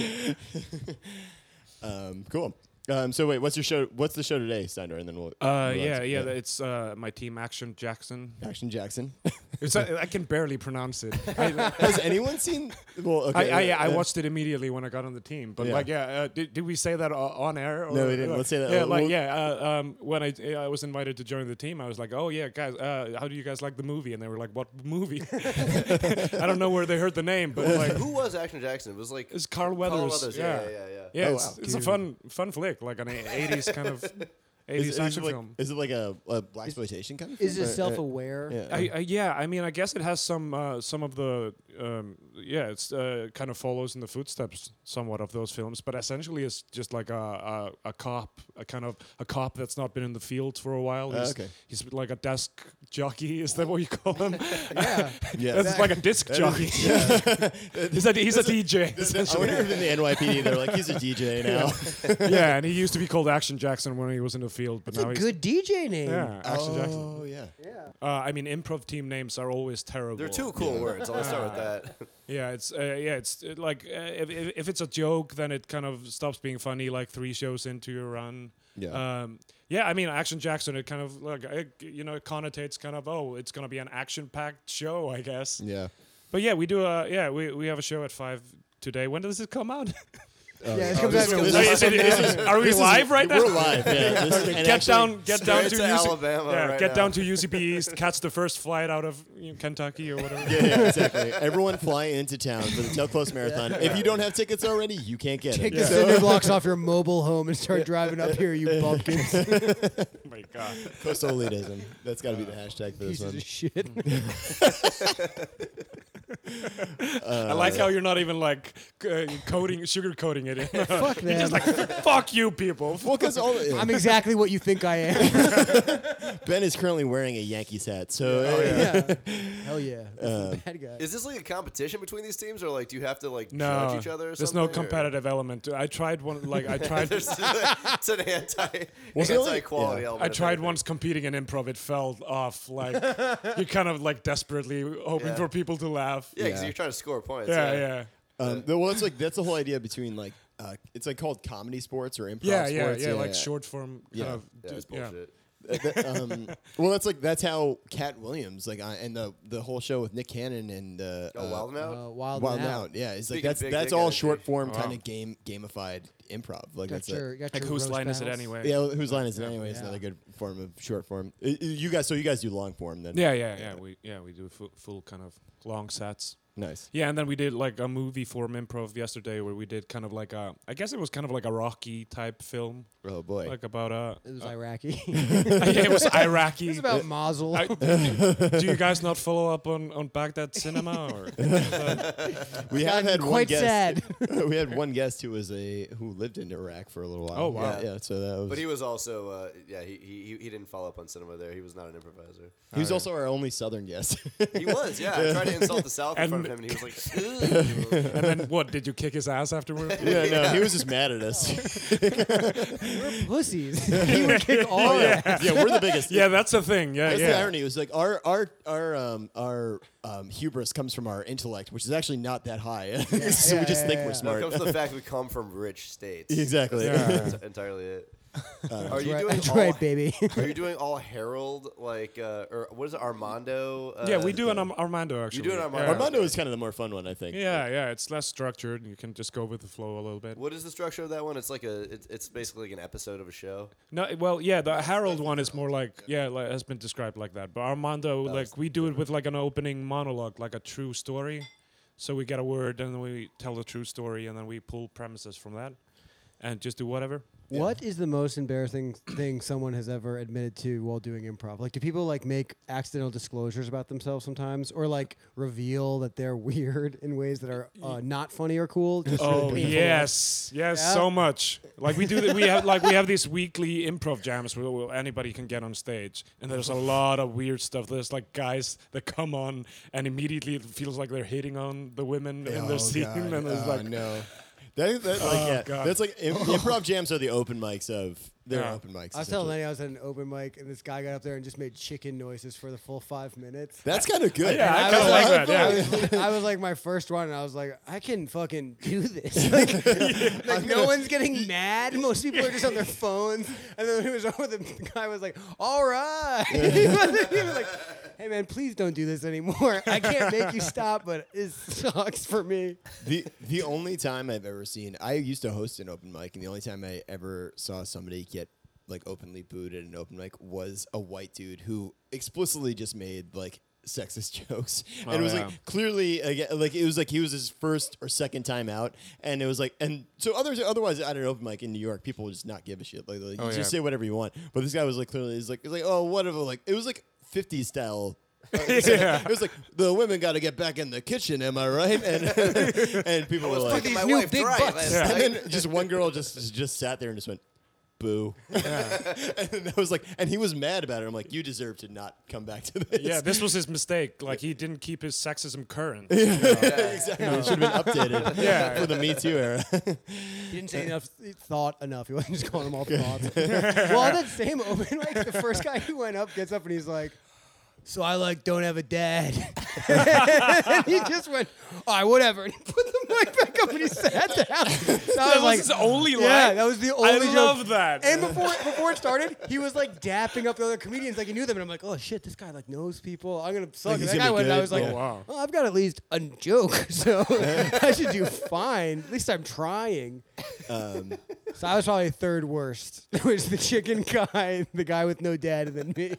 Speaker 1: um, cool. Um, so wait, what's your show? What's the show today, Steiner? And then we'll.
Speaker 5: Uh,
Speaker 1: we'll
Speaker 5: yeah,
Speaker 1: answer-
Speaker 5: yeah, it's uh, my team, Action Jackson.
Speaker 1: Action Jackson.
Speaker 5: It's, I, I can barely pronounce it. I,
Speaker 1: Has anyone seen? Well,
Speaker 5: I,
Speaker 1: okay.
Speaker 5: I, I
Speaker 1: uh,
Speaker 5: watched it immediately when I got on the team. But
Speaker 1: Yeah.
Speaker 5: like, yeah, uh, did, did we say that uh, on air? Or,
Speaker 1: No, we didn't.
Speaker 5: like-
Speaker 1: Let's say that.
Speaker 5: Yeah,
Speaker 1: We'll-
Speaker 5: like
Speaker 1: we'll-
Speaker 5: yeah. Uh, um, when I yeah, I was invited to join the team, I was like, oh yeah, guys, uh, how do you guys like the movie? And they were like, what movie? I don't know where they heard the name, but like,
Speaker 2: who was Action Jackson? It was like
Speaker 5: it's Carl Weathers.
Speaker 2: Carl Weathers,
Speaker 5: Yeah,
Speaker 2: yeah, yeah, yeah.
Speaker 5: Yeah,
Speaker 1: Oh,
Speaker 5: it's,
Speaker 1: wow.
Speaker 5: it's a fun fun flick, like an '80s kind of '80s
Speaker 1: Is, is,
Speaker 5: action
Speaker 1: it like,
Speaker 5: film.
Speaker 1: is it like a, a black exploitation kind of?
Speaker 4: Is
Speaker 1: thing?
Speaker 4: it
Speaker 1: Or-
Speaker 4: self aware?
Speaker 1: Yeah.
Speaker 5: I, I, yeah, I mean, I guess it has some uh, some of the um, yeah, it's uh, kind of follows in the footsteps somewhat of those films, but essentially it's just like a a, a cop, a kind of a cop that's not been in the field for a while. He's,
Speaker 1: okay.
Speaker 5: he's like a desk jockey. Is that what you call him?
Speaker 4: Yeah.
Speaker 1: yeah.
Speaker 5: that's like a disc jockey. he's a he's a DJ.
Speaker 1: I wonder if in the NYPD they're like he's a DJ now.
Speaker 5: yeah, and he used to be called Action Jackson when he was in the field, but
Speaker 4: It's
Speaker 5: now
Speaker 4: a
Speaker 5: he's
Speaker 4: good DJ name.
Speaker 5: yeah, Action Jackson.
Speaker 1: Oh yeah.
Speaker 5: Uh, I mean, improv team names are always terrible.
Speaker 2: They're two cool words. I'll start with that.
Speaker 5: Yeah, it's uh, yeah, it's uh, like uh, if, if if it's a joke, then it kind of stops being funny. Like three shows into your run.
Speaker 1: Yeah.
Speaker 5: Um, yeah, I mean, Action Jackson. It kind of like it, you know it connotates kind of oh, it's gonna be an action-packed show, I guess.
Speaker 1: Yeah.
Speaker 5: uh, But yeah, we do a yeah we we have a show at five today. When does it come out?
Speaker 4: yeah, it
Speaker 2: oh,
Speaker 4: comes
Speaker 2: this
Speaker 4: out. in
Speaker 2: goes-
Speaker 4: a
Speaker 1: This
Speaker 5: Wait,
Speaker 4: week.
Speaker 1: is-
Speaker 5: is it- is it- are we
Speaker 1: this is-
Speaker 5: live right now?
Speaker 1: We're live. Yeah. This is- and
Speaker 5: get
Speaker 1: actually-
Speaker 5: down, get down to,
Speaker 2: straight to
Speaker 5: UC
Speaker 2: Alabama
Speaker 5: Yeah,
Speaker 2: right
Speaker 5: get down
Speaker 2: now.
Speaker 5: to UCB East. Catch the first flight out of you know, Kentucky or whatever.
Speaker 1: Yeah, yeah, exactly. Everyone fly into town for the Tell Close Marathon. If you don't have tickets already, you can't get
Speaker 4: Take
Speaker 1: it.
Speaker 4: the cinder blocks off your mobile home and start driving up here, you bumpkins.
Speaker 5: Oh my God.
Speaker 1: Coastal elitism. That's got to be the
Speaker 5: Uh,
Speaker 1: hashtag for this
Speaker 4: Pieces
Speaker 1: one.
Speaker 4: of shit.
Speaker 5: I like how you're not even like c- uh, coding, sugar coating it. In.
Speaker 4: Fuck
Speaker 5: you're
Speaker 4: them.
Speaker 5: just like, fuck you, people.
Speaker 1: Well, because all the-
Speaker 4: I'm exactly what you think I am.
Speaker 1: Ben is currently wearing a Yankees hat, so
Speaker 5: Oh,
Speaker 4: yeah. Hell yeah. That's the bad guy.
Speaker 2: Is this like a competition between these teams, or like do you have to like
Speaker 5: No,
Speaker 2: judge each other? Or
Speaker 5: there's
Speaker 2: something,
Speaker 5: no
Speaker 2: or-
Speaker 5: competitive element. To, I tried one, like I tried,
Speaker 2: There's- it's an anti,
Speaker 1: Was it only-
Speaker 2: anti-quality
Speaker 1: yeah.
Speaker 2: element.
Speaker 5: I
Speaker 2: of
Speaker 5: tried
Speaker 2: everything.
Speaker 5: once competing in improv. It fell off. Like you're kind of like desperately hoping
Speaker 2: Yeah.
Speaker 5: for people to laugh.
Speaker 2: Yeah, because
Speaker 1: Yeah.
Speaker 2: you're trying to score points.
Speaker 5: yeah, yeah.
Speaker 1: Um, the- well, that's like that's the whole idea between like uh, it's like called comedy sports or improv
Speaker 5: Yeah,
Speaker 1: sports.
Speaker 5: yeah, yeah, like short form. Kind
Speaker 1: Yeah.
Speaker 5: of,
Speaker 2: Yeah, it's
Speaker 5: yeah.
Speaker 2: bullshit.
Speaker 1: um, well, that's like that's how Cat Williams like I, and the the whole show with Nick Cannon and uh,
Speaker 2: Oh,
Speaker 1: uh,
Speaker 2: Wild Mount?
Speaker 4: Uh, wild
Speaker 1: Wild
Speaker 4: and
Speaker 1: Out.
Speaker 4: out.
Speaker 1: Yeah, it's like
Speaker 2: Big-
Speaker 1: that's
Speaker 2: big
Speaker 1: that's
Speaker 2: dick
Speaker 1: all
Speaker 2: energy.
Speaker 1: short form
Speaker 5: Wow.
Speaker 1: kind of game gamified improv. Like
Speaker 4: Got
Speaker 1: that's
Speaker 4: your,
Speaker 1: it.
Speaker 4: got
Speaker 5: Like
Speaker 4: your
Speaker 5: whose
Speaker 4: roast
Speaker 5: line is it
Speaker 4: battles.
Speaker 5: anyway?
Speaker 1: Yeah, whose line is it anyway? Is
Speaker 4: Yeah.
Speaker 1: another good form of short form. Uh, You guys, so you guys do long form then?
Speaker 5: Yeah, yeah, yeah. We yeah we do full, full kind of long sets.
Speaker 1: nice.
Speaker 5: Yeah, and then we did like a movie form improv yesterday where we did kind of like a I guess it was kind of like a Rocky type film,
Speaker 1: Oh boy,
Speaker 5: like about a
Speaker 4: It was Iraqi.
Speaker 5: yeah, it was Iraqi.
Speaker 4: it's about Mosul.
Speaker 5: I- do you guys not follow up on on Baghdad cinema or
Speaker 1: we have had one
Speaker 4: quite
Speaker 1: guest.
Speaker 4: sad.
Speaker 1: we had one guest who was a who lived in Iraq for a little while.
Speaker 5: Oh, wow.
Speaker 1: Yeah, yeah, so that was.
Speaker 2: But he was also, uh, yeah, he, he he- he didn't follow up on cinema there. He was not an improviser.
Speaker 1: he was also our only Southern guest.
Speaker 2: He was, yeah. I tried to insult the South in front of him, and he was like, "Ugh."
Speaker 5: and then what did you kick his ass afterward?
Speaker 1: yeah, no, he was just mad at us.
Speaker 4: We're pussies. he would kick all that.
Speaker 1: yeah, we're the biggest.
Speaker 5: Yeah, that's the thing. Yeah,
Speaker 1: That's
Speaker 5: yeah.
Speaker 1: the irony. It was like our our our um our um, hubris comes from our intellect, which is actually not that high. so we
Speaker 4: yeah,
Speaker 1: just
Speaker 4: yeah,
Speaker 1: think
Speaker 4: yeah.
Speaker 1: we're
Speaker 2: It
Speaker 1: smart.
Speaker 2: comes to the fact we come from rich states.
Speaker 1: exactly.
Speaker 5: Yeah.
Speaker 2: That's entirely it. are you
Speaker 4: Right,
Speaker 2: doing
Speaker 4: Uh, That's
Speaker 2: all,
Speaker 4: right, baby.
Speaker 2: Are you doing all Herald like uh, or what is it Armando? Uh,
Speaker 5: yeah, we do an Ar- Armando actually.
Speaker 2: do an Armando.
Speaker 5: Yeah.
Speaker 1: Armando is kind of the more fun one, I think.
Speaker 5: Yeah, yeah, it's less structured and you can just go with the flow a little bit.
Speaker 2: What is the structure of that one? It's like a it's, it's basically like an episode of a show.
Speaker 5: No, well, yeah, the Harold one is more like yeah, like, has been described like that. But Armando, like we do it with like an opening monologue, like a true story. So we get a word, and then we tell the true story, and then we pull premises from that, and just do whatever.
Speaker 4: What is the most embarrassing thing someone has ever admitted to while doing improv? Like, do people like make accidental disclosures about themselves sometimes, or like reveal that they're weird in ways that are uh, not funny or cool? Just really
Speaker 5: Oh
Speaker 4: painful?
Speaker 5: yes, yes,
Speaker 4: Yeah.
Speaker 5: so much. Like we do, th- we have like we have these weekly improv jams where, where anybody can get on stage, and there's a lot of weird stuff. There's like guys that come on, and immediately it feels like they're hitting on the women in
Speaker 1: Oh,
Speaker 5: their scene, and it's like Oh,
Speaker 1: no. That, that, like, yeah,
Speaker 5: God.
Speaker 1: that's like im- improv jams are the open mics of they're
Speaker 5: Yeah.
Speaker 1: open mics.
Speaker 4: I was telling
Speaker 1: essentially.
Speaker 4: Lenny I was at an open mic, and this guy got up there and just made chicken noises for the full five minutes.
Speaker 1: that's kind of good.
Speaker 5: Yeah, I
Speaker 4: I
Speaker 5: kinda
Speaker 4: was
Speaker 5: like
Speaker 4: like-
Speaker 5: that, yeah.
Speaker 4: I was, I was like my first one, and I was like, I can fucking do this. Like, like, no one's getting mad. Most people are just on their phones. And then when it was over, the guy was like, "All right." he, was, he was like, "Hey man, please don't do this anymore. I can't make you stop, but it sucks for me."
Speaker 1: the the only time I've ever seen I used to host an open mic, and the only time I ever saw somebody get like openly booed at an open mic was a white dude who explicitly just made like sexist jokes, and it was
Speaker 5: Oh, yeah.
Speaker 1: like clearly again, like it was like he was his first or second time out, and it was like and so others otherwise at an open mic in New York, people would just not give a shit, like, like, you
Speaker 5: Oh, yeah.
Speaker 1: just say whatever you want, but this guy was like clearly he's like he's like oh whatever, like it was like 50s style. yeah. It was like the women got to get back in the kitchen, am I right? And and people were like,
Speaker 2: Fucking
Speaker 4: these new big
Speaker 2: drive
Speaker 4: butts.
Speaker 2: last
Speaker 5: Yeah.
Speaker 2: night.
Speaker 1: and then just one girl just just sat there and just went, "Boo," and I was like, and he was mad about it. I'm like, you deserve to not come back to this.
Speaker 5: Yeah, this was his mistake. Like he didn't keep his sexism current.
Speaker 1: exactly. It should have been updated
Speaker 5: Yeah.
Speaker 1: for the Me Too era.
Speaker 4: He didn't say enough thought enough. He wasn't just calling them all thoughts. well, that same open mic, the first guy who went up gets up and he's like, so I like don't have a dad. and he just went, all right, whatever. And he put the mic back up and he sat down. So I
Speaker 5: That
Speaker 4: was
Speaker 5: was
Speaker 4: like,
Speaker 5: his only line.
Speaker 4: yeah, that was the only.
Speaker 5: I
Speaker 4: joke.
Speaker 5: love that.
Speaker 4: And before before it started, he was like dapping up the other comedians, like he knew them. And I'm like, oh shit, this guy like knows people. I'm gonna suck.
Speaker 1: Like,
Speaker 4: And
Speaker 1: he's
Speaker 4: that
Speaker 1: gonna
Speaker 4: guy
Speaker 1: be
Speaker 4: went, and I
Speaker 1: good.
Speaker 4: was like,
Speaker 1: Yeah.
Speaker 5: Oh, Wow.
Speaker 4: well, I've got at least a joke, so I should do fine. At least I'm trying. Um, So I was probably third worst. It was the chicken guy, the guy with no dad, and then me.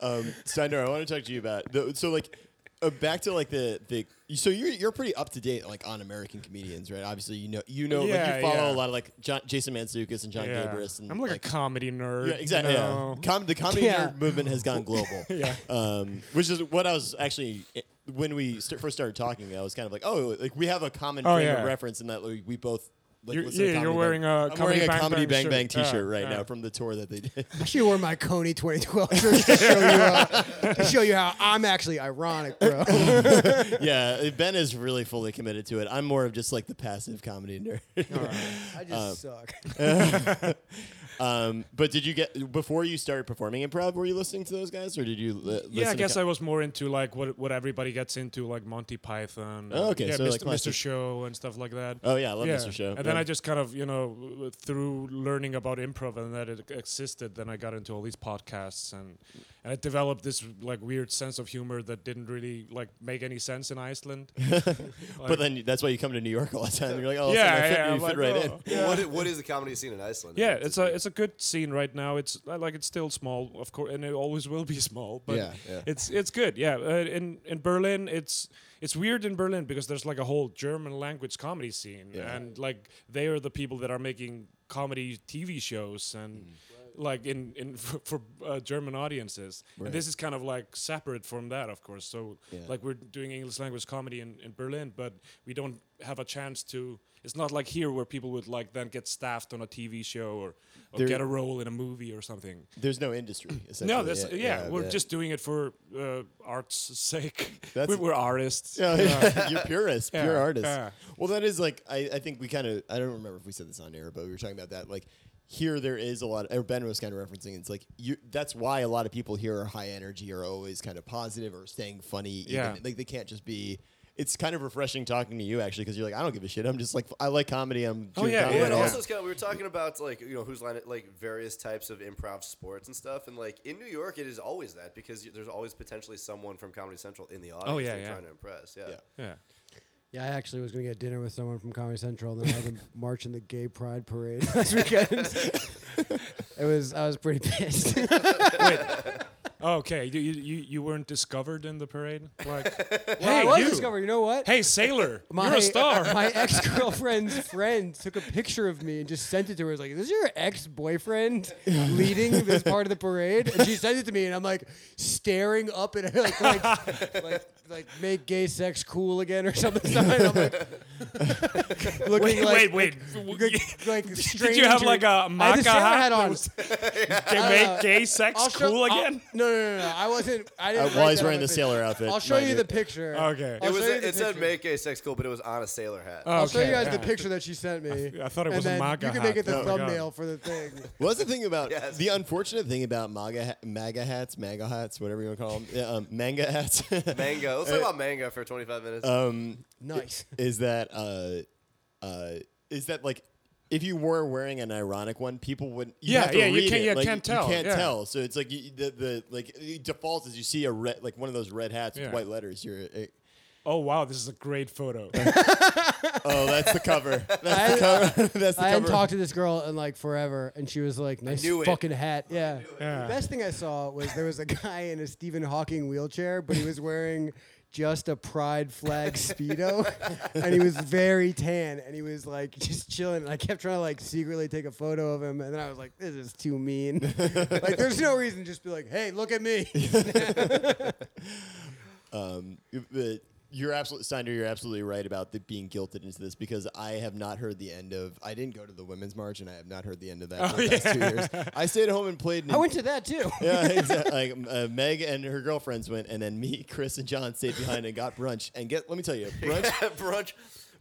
Speaker 1: Um, Steiner, I want to talk to you about the, so like uh, back to like the the so you're you're pretty up to date like on American comedians, right? Obviously, you know you know like
Speaker 5: Yeah,
Speaker 1: you follow
Speaker 5: yeah.
Speaker 1: a lot of like John, Jason Mantzoukas and John
Speaker 5: Yeah.
Speaker 1: Gabris and
Speaker 5: I'm like, a comedy nerd.
Speaker 1: yeah, exactly. yeah.
Speaker 5: you know?
Speaker 1: Com- the comedy
Speaker 4: Yeah.
Speaker 1: nerd movement has gone global. yeah. Um, which is what I was actually when we st- first started talking, I was kind of like, oh, like we have a common
Speaker 5: Oh,
Speaker 1: frame
Speaker 5: yeah.
Speaker 1: of reference in that like, we both. Like,
Speaker 5: You're-
Speaker 1: listen to
Speaker 5: yeah, you're
Speaker 1: Comedy
Speaker 5: wearing
Speaker 1: Bang.
Speaker 5: a
Speaker 1: I'm
Speaker 5: Comedy
Speaker 1: wearing a
Speaker 5: Bang
Speaker 1: comedy
Speaker 5: Bang
Speaker 1: Bang Bang,
Speaker 5: shirt. Yeah,
Speaker 1: T-shirt right
Speaker 5: yeah.
Speaker 1: now from the tour that they did.
Speaker 4: I should wear my Coney 2012 shirt to show you how, to show you how I'm actually ironic, bro.
Speaker 1: yeah, Ben is really fully committed to it. I'm more of just like the passive comedy nerd.
Speaker 4: I just suck.
Speaker 1: Um, but did you get before you started performing improv? Were you listening to those guys, or did you? Li-
Speaker 5: Yeah, I
Speaker 1: listen
Speaker 5: guess
Speaker 1: to
Speaker 5: I was more into like what what everybody gets into, like Monty Python.
Speaker 1: Oh,
Speaker 5: and,
Speaker 1: okay,
Speaker 5: yeah,
Speaker 1: so,
Speaker 5: Mr.
Speaker 1: like,
Speaker 5: Mr.
Speaker 1: classic-
Speaker 5: Show and stuff like that.
Speaker 1: Oh, yeah, I love Mr. Show,
Speaker 5: And then
Speaker 1: yeah.
Speaker 5: I just kind of you know w- w- through learning about improv and that it existed, then I got into all these podcasts and and I developed this like weird sense of humor that didn't really like make any sense in Iceland.
Speaker 1: But then that's why you come to New York all the time. You're like, oh,
Speaker 5: Yeah,
Speaker 1: yeah, I fit,
Speaker 5: yeah,
Speaker 1: you
Speaker 5: I'm
Speaker 1: fit
Speaker 5: like,
Speaker 1: right in.
Speaker 5: oh.
Speaker 2: Well, what, i- what is the comedy scene in Iceland?
Speaker 5: Yeah,
Speaker 2: It's
Speaker 5: it's a it's a good scene right now. It's uh, like it's still small, of course, and it always will be small. But
Speaker 1: Yeah, yeah.
Speaker 5: it's it's good. Yeah, uh, in in Berlin, it's it's weird in Berlin because there's like a whole German language comedy scene,
Speaker 1: Yeah.
Speaker 5: and like they are the people that are making comedy TV shows and.
Speaker 1: Mm.
Speaker 5: Like in in for, for uh, German audiences,
Speaker 1: Right.
Speaker 5: and this is kind of like separate from that, of course. So
Speaker 1: Yeah.
Speaker 5: like we're doing English language comedy in, in Berlin, but we don't have a chance to. It's not like here where people would like then get staffed on a TV show or, or
Speaker 1: There-
Speaker 5: get a role in a movie or something.
Speaker 1: There's no industry. Essentially.
Speaker 5: No, that's yeah, we're
Speaker 1: yeah.
Speaker 5: just doing it for uh, art's sake.
Speaker 1: That's-
Speaker 5: we're, we're artists.
Speaker 1: Yeah, yeah. you're purists,
Speaker 5: Yeah,
Speaker 1: pure artists.
Speaker 5: yeah.
Speaker 1: Well, that is like I, I think we kind of I don't remember if we said this on air, but we were talking about that. Like here, there is a lot. Or ben was kind of referencing. It's like you. That's why a lot of people here are high energy, are always kind of positive, or staying funny. Even.
Speaker 5: Yeah.
Speaker 1: like they can't just be. It's kind of refreshing talking to you actually because you're like I don't give a shit. I'm just like I like comedy. I'm
Speaker 5: Oh,
Speaker 1: doing
Speaker 5: yeah,
Speaker 1: comedy.
Speaker 2: Well, and
Speaker 5: yeah.
Speaker 2: also, it's kind of, we were talking about like you know who's line like various types of improv sports and stuff, and like in New York, it is always that because y- there's always potentially someone from Comedy Central in the audience
Speaker 5: Oh, yeah,
Speaker 2: they're
Speaker 5: yeah.
Speaker 2: trying to impress. Yeah.
Speaker 1: Yeah.
Speaker 5: yeah.
Speaker 4: Yeah, I actually was gonna get dinner with someone from Comedy Central, and then I had to march in the gay pride parade last weekend. it was I was pretty pissed.
Speaker 5: Oh, okay, you, you you you weren't discovered in the parade. Like,
Speaker 4: Well, I
Speaker 5: hey,
Speaker 4: was
Speaker 5: you.
Speaker 4: discovered. You know what?
Speaker 5: Hey, sailor,
Speaker 4: my,
Speaker 5: you're a star.
Speaker 4: My ex girlfriend's friend took a picture of me and just sent it to her. I was like, "Is this your ex boyfriend leading this part of the parade?" And she sent it to me, and I'm like staring up at her, like like, like, like make gay sex cool again or something. I'm like, looking
Speaker 5: wait,
Speaker 4: like,
Speaker 5: wait, wait,
Speaker 4: Like, like
Speaker 5: Did you have
Speaker 4: stranger-
Speaker 5: like a
Speaker 4: I had
Speaker 5: maca
Speaker 4: the sailor
Speaker 5: hat
Speaker 4: hat
Speaker 5: that
Speaker 4: on.
Speaker 5: was- Can make gay sex
Speaker 4: uh, I'll show-
Speaker 5: cool
Speaker 4: I'll-
Speaker 5: again?
Speaker 4: no, no, no, no. I wasn't. I
Speaker 1: Uh,
Speaker 4: didn't. write
Speaker 1: while he's
Speaker 4: that on
Speaker 1: wearing
Speaker 4: my
Speaker 1: the
Speaker 4: page.
Speaker 1: sailor outfit.
Speaker 4: I'll show
Speaker 1: mind
Speaker 4: you the picture.
Speaker 5: Okay.
Speaker 4: I'll
Speaker 2: It was
Speaker 4: show you
Speaker 2: it,
Speaker 4: the
Speaker 2: it said
Speaker 4: picture.
Speaker 2: make gay sex cool, but it was on a sailor hat.
Speaker 1: Uh,
Speaker 5: Oh,
Speaker 4: I'll show you
Speaker 5: okay,
Speaker 4: guys the
Speaker 5: yeah.
Speaker 4: picture that she sent me.
Speaker 5: I thought it
Speaker 4: and
Speaker 5: was a
Speaker 4: then
Speaker 5: MAGA
Speaker 4: You can make
Speaker 5: hat.
Speaker 4: it the
Speaker 5: Oh my God.
Speaker 4: thumbnail for the thing.
Speaker 1: Well, that's the thing about
Speaker 2: Yes.
Speaker 1: the unfortunate thing about MAGA, ha- MAGA hats, MAGA hats, whatever you want to call them, yeah, um, manga hats.
Speaker 2: Mango.
Speaker 1: uh,
Speaker 2: Let's talk about manga for 25 minutes.
Speaker 4: Nice.
Speaker 1: is that uh, uh, is that like if you were wearing an ironic one, people wouldn't. you'd
Speaker 5: Yeah,
Speaker 1: have to
Speaker 5: yeah, you
Speaker 1: read
Speaker 5: can't-
Speaker 1: it.
Speaker 5: yeah,
Speaker 1: Like,
Speaker 5: can't
Speaker 1: you
Speaker 5: tell,
Speaker 1: can't
Speaker 5: yeah.
Speaker 1: tell. So it's like you, the the like it default is you see a red like one of those red hats
Speaker 5: Yeah.
Speaker 1: with white letters. You're uh,
Speaker 5: Oh wow, this is a great photo.
Speaker 1: oh, that's the cover. That's
Speaker 4: I-
Speaker 1: the cover. that's the
Speaker 4: I
Speaker 1: cover.
Speaker 4: hadn't talked to this girl in like forever, and she was like, "Nice
Speaker 2: knew it.
Speaker 4: fucking hat." Yeah.
Speaker 5: Yeah.
Speaker 4: Best thing I saw was there was a guy in a Stephen Hawking wheelchair, but he was wearing just a pride flag speedo, and he was very tan, and he was like just chilling. And I kept trying to like secretly take a photo of him, and then I was like, "This is too mean." like, there's no reason to just be like, "Hey, look at me."
Speaker 1: Um, but you're absolutely Steiner. You're absolutely right about the being guilted into this because I have not heard the end of. I didn't go to the women's march, and I have not heard the end of that
Speaker 5: Oh,
Speaker 1: for the past two years. I stayed home and played.
Speaker 4: I went to that too.
Speaker 1: yeah, exactly. Like, uh, Meg and her girlfriends went, and then me, Chris, and John stayed behind and got brunch. And get let me tell you, brunch.
Speaker 2: brunch.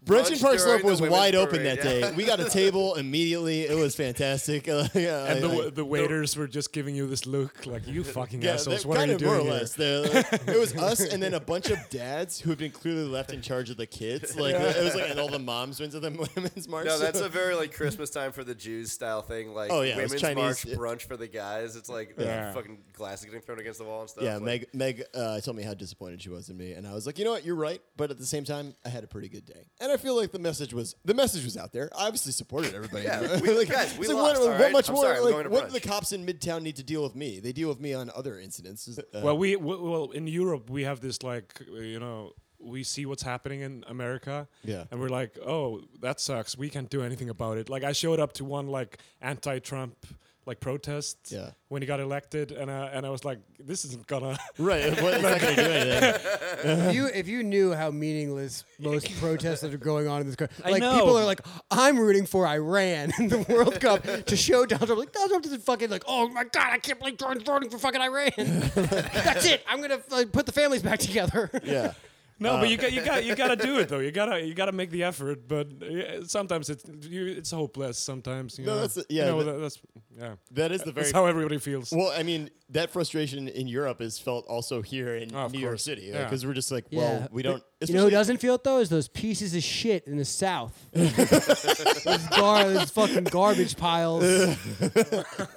Speaker 1: Brunch in
Speaker 3: Brunch
Speaker 1: Park Slope
Speaker 3: during the
Speaker 1: was
Speaker 3: women's
Speaker 1: wide open
Speaker 3: parade,
Speaker 1: that
Speaker 3: yeah.
Speaker 1: day. We got a table immediately. It was fantastic. Uh, yeah,
Speaker 5: And
Speaker 1: I-
Speaker 5: the,
Speaker 1: I-
Speaker 5: wa- the waiters were just giving you this look, like you fucking
Speaker 1: Yeah,
Speaker 5: assholes.
Speaker 1: that-
Speaker 5: What are
Speaker 1: kind
Speaker 5: you
Speaker 1: of
Speaker 5: doing
Speaker 1: more or
Speaker 5: here?"
Speaker 1: less. The- it was us and then a bunch of dads who had been clearly left in charge of the kids. Like it was like, and all the moms went to the women's march.
Speaker 3: No,
Speaker 1: so-
Speaker 3: that's a very like Christmas time for the Jews style thing. Like
Speaker 1: Oh, yeah, it's
Speaker 3: women's
Speaker 1: Chinese,
Speaker 3: march
Speaker 1: yeah.
Speaker 3: brunch for the guys. It's like
Speaker 5: Yeah.
Speaker 3: fucking glasses getting thrown against the wall and stuff.
Speaker 1: yeah,
Speaker 3: like,
Speaker 1: Meg. Meg uh, told me how disappointed she was in me, and I was like, you know what, you're right, but at the same time, I had a pretty good day, and I feel like the message was the message was out there. I obviously supported everybody.
Speaker 3: Yeah, we- guys, we lost,
Speaker 1: it's like, What,
Speaker 3: all
Speaker 1: what
Speaker 3: right?
Speaker 1: much
Speaker 3: I'm
Speaker 1: more?
Speaker 3: sorry, I'm
Speaker 1: like,
Speaker 3: going to
Speaker 1: what do the
Speaker 3: brunch.
Speaker 1: cops in Midtown need to deal with me? They deal with me on other incidents. Uh,
Speaker 5: Well, we w- well in Europe we have this like you know we see what's happening in America,
Speaker 1: Yeah.
Speaker 5: and we're like, oh, that sucks. We can't do anything about it. Like I showed up to one like anti-Trump like protest
Speaker 1: Yeah.
Speaker 5: when he got elected, and I, and I was like, this isn't gonna.
Speaker 1: right? It's not going to do anything.
Speaker 4: if you if you knew how meaningless most protests that are going on in this country,
Speaker 5: I
Speaker 4: like
Speaker 5: know.
Speaker 4: people are like, I'm rooting for Iran in the World Cup to show Donald Trump. Like Donald Trump doesn't fucking like, oh my god, I can't believe Jordan's voting for fucking Iran. That's it. I'm gonna like, put the families back together.
Speaker 1: Yeah.
Speaker 5: No,
Speaker 1: Uh.
Speaker 5: but you got you got you gotta do it though. You gotta you gotta make the effort. But uh, sometimes it's you, it's hopeless. Sometimes you
Speaker 1: No,
Speaker 5: know.
Speaker 1: that's-
Speaker 5: You
Speaker 1: yeah,
Speaker 5: know,
Speaker 1: that-
Speaker 5: that- that's yeah.
Speaker 1: That is the very
Speaker 5: That's how everybody feels.
Speaker 1: Well, I mean, that frustration in Europe is felt also here in
Speaker 5: Oh, of
Speaker 1: New York
Speaker 5: course.
Speaker 1: City
Speaker 5: Yeah.
Speaker 1: because we're just like, well, we don't.
Speaker 4: But You know who
Speaker 1: especially-
Speaker 4: doesn't feel it though is those pieces of shit in the South. those, gar- those fucking garbage piles.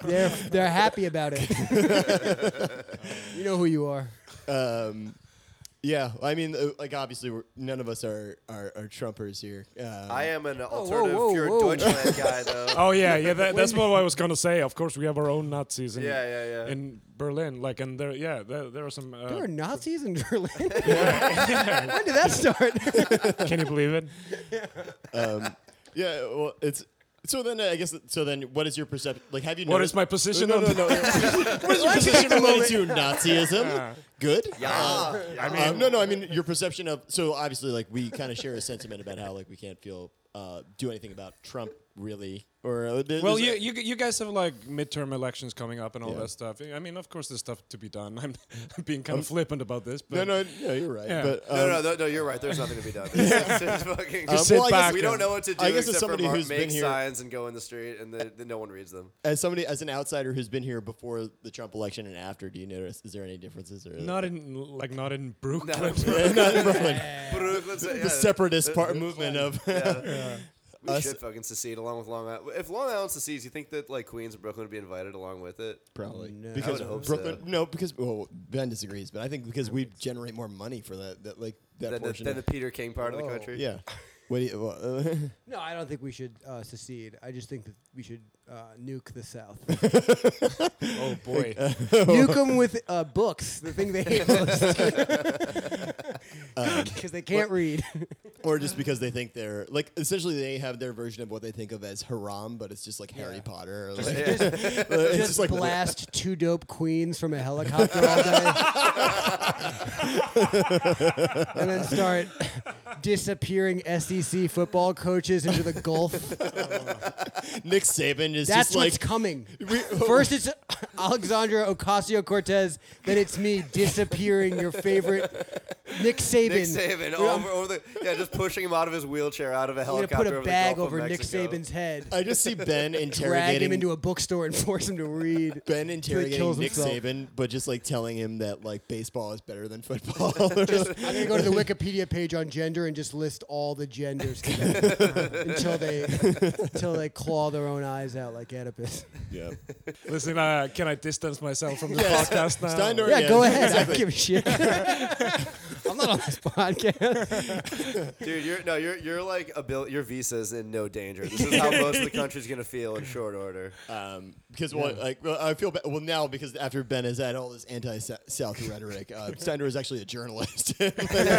Speaker 4: they're they're happy about it. you know who you are.
Speaker 1: Um, yeah, I mean, uh, like obviously, we're, none of us are are, are Trumpers here. Um,
Speaker 3: I am an alternative
Speaker 4: whoa,
Speaker 3: pure
Speaker 4: whoa.
Speaker 3: Deutschland guy though.
Speaker 1: Uh,
Speaker 5: Oh yeah, yeah. That, that's what I was gonna say. Of course, we have our own Nazis in
Speaker 3: Yeah, yeah, yeah.
Speaker 5: in Berlin. Like, and there, yeah, there, there are some. Uh,
Speaker 4: There were Nazis in Berlin. when did that start?
Speaker 5: can you believe it?
Speaker 1: yeah, well, it's so then I guess so then what is your perception? Like, have you?
Speaker 5: What
Speaker 1: noticed-
Speaker 5: is my position?
Speaker 1: No,
Speaker 5: on
Speaker 1: no, no. what is your position related to Nazism? Good.
Speaker 3: Ah,
Speaker 1: I mean, no, no. I mean, your perception of so obviously, like we kind of share a sentiment about how like we can't feel uh, do anything about Trump really, or uh, there-
Speaker 5: Well, you,
Speaker 1: there's-
Speaker 5: you you guys have like midterm elections coming up and all
Speaker 1: Yeah.
Speaker 5: that stuff. I mean, of course, there's stuff to be done. I'm, I'm being kind of flippant about this, but
Speaker 1: no, no, no. You're right.
Speaker 5: Yeah.
Speaker 1: But,
Speaker 3: No,
Speaker 1: um,
Speaker 3: no, no, no, you're right. There's nothing to be done. It's just fucking-
Speaker 1: Just
Speaker 5: sit well, I guess back
Speaker 3: We
Speaker 5: and-
Speaker 3: don't know what to do
Speaker 1: I guess as
Speaker 3: except
Speaker 1: somebody
Speaker 3: for mar-
Speaker 1: who's been
Speaker 3: make
Speaker 1: here-
Speaker 3: signs and go in the street, and the, the, no one reads them.
Speaker 1: as somebody as an outsider who's been here before the Trump election and after, do you notice is there any differences or
Speaker 5: not in like not in Brooklyn.
Speaker 3: No,
Speaker 1: Yeah, not in Brooklyn.
Speaker 3: Brooklyn, so- yeah.
Speaker 1: The
Speaker 5: Uh,
Speaker 1: separatist part movement of
Speaker 3: We
Speaker 1: Us-
Speaker 3: should fucking secede along with Long Island. If Long Island secedes, you think that like Queens and Brooklyn would be invited along with it?
Speaker 1: probably
Speaker 3: I
Speaker 1: because
Speaker 3: would hope
Speaker 1: Brooklyn.
Speaker 3: so.
Speaker 1: No, because well, Ben disagrees, but I think because we generate more money for that that like that
Speaker 3: Than the,
Speaker 1: portion.
Speaker 3: than
Speaker 1: of,
Speaker 3: the Peter King part
Speaker 4: Oh,
Speaker 3: of the country.
Speaker 1: yeah. What do you, well, uh,
Speaker 4: No, I don't think we should uh, secede. I just think that we should uh, nuke the South.
Speaker 5: Oh boy,
Speaker 4: nuke them with uh, books, the thing they hate most. Because they can't read.
Speaker 1: or just because they think they're like essentially they have their version of what they think of as haram, but it's just like Harry
Speaker 4: Yeah.
Speaker 1: Potter. Or like, it's
Speaker 4: Just
Speaker 1: just like
Speaker 4: blast two dope queens from a helicopter all day. and then start disappearing SEC football coaches into the Gulf.
Speaker 1: Nick Saban is
Speaker 4: That's
Speaker 1: just
Speaker 4: what's
Speaker 1: like
Speaker 4: coming. First, it's Alexandra Ocasio Cortez. Then it's me disappearing your favorite Nick Saban.
Speaker 3: Nick Saban over, over the yeah, just pushing him out of his wheelchair, out of a
Speaker 4: I'm gonna
Speaker 3: helicopter.
Speaker 4: put a
Speaker 3: over
Speaker 4: bag
Speaker 3: the Gulf
Speaker 4: over
Speaker 3: of
Speaker 4: Nick
Speaker 3: Mexico.
Speaker 4: Saban's head,
Speaker 1: I just see Ben
Speaker 4: drag him
Speaker 1: interrogating
Speaker 4: into a bookstore, and force him to read.
Speaker 1: Ben interrogating
Speaker 4: kills
Speaker 1: Nick
Speaker 4: himself.
Speaker 1: Saban, but just like telling him that like baseball is better than football. Just-
Speaker 4: I'm gonna go to the Wikipedia page on gender and just list all the genders until they until they claw their own eyes out like Oedipus.
Speaker 1: yeah.
Speaker 5: listen, uh, can I distance myself from this
Speaker 1: Yes.
Speaker 5: podcast now?
Speaker 1: Steindor-
Speaker 4: Yeah,
Speaker 1: Yeah,
Speaker 4: go ahead. I
Speaker 1: exactly.
Speaker 4: don't give a shit. I'm not on this podcast.
Speaker 3: Dude, you're no, you're you're like a bill. Your visa's in no danger. This is how most of the country's gonna feel in short order.
Speaker 1: Um, because well, like well, I feel ba- well now because after Ben has had all this anti-South rhetoric, uh, Steiner is actually a journalist.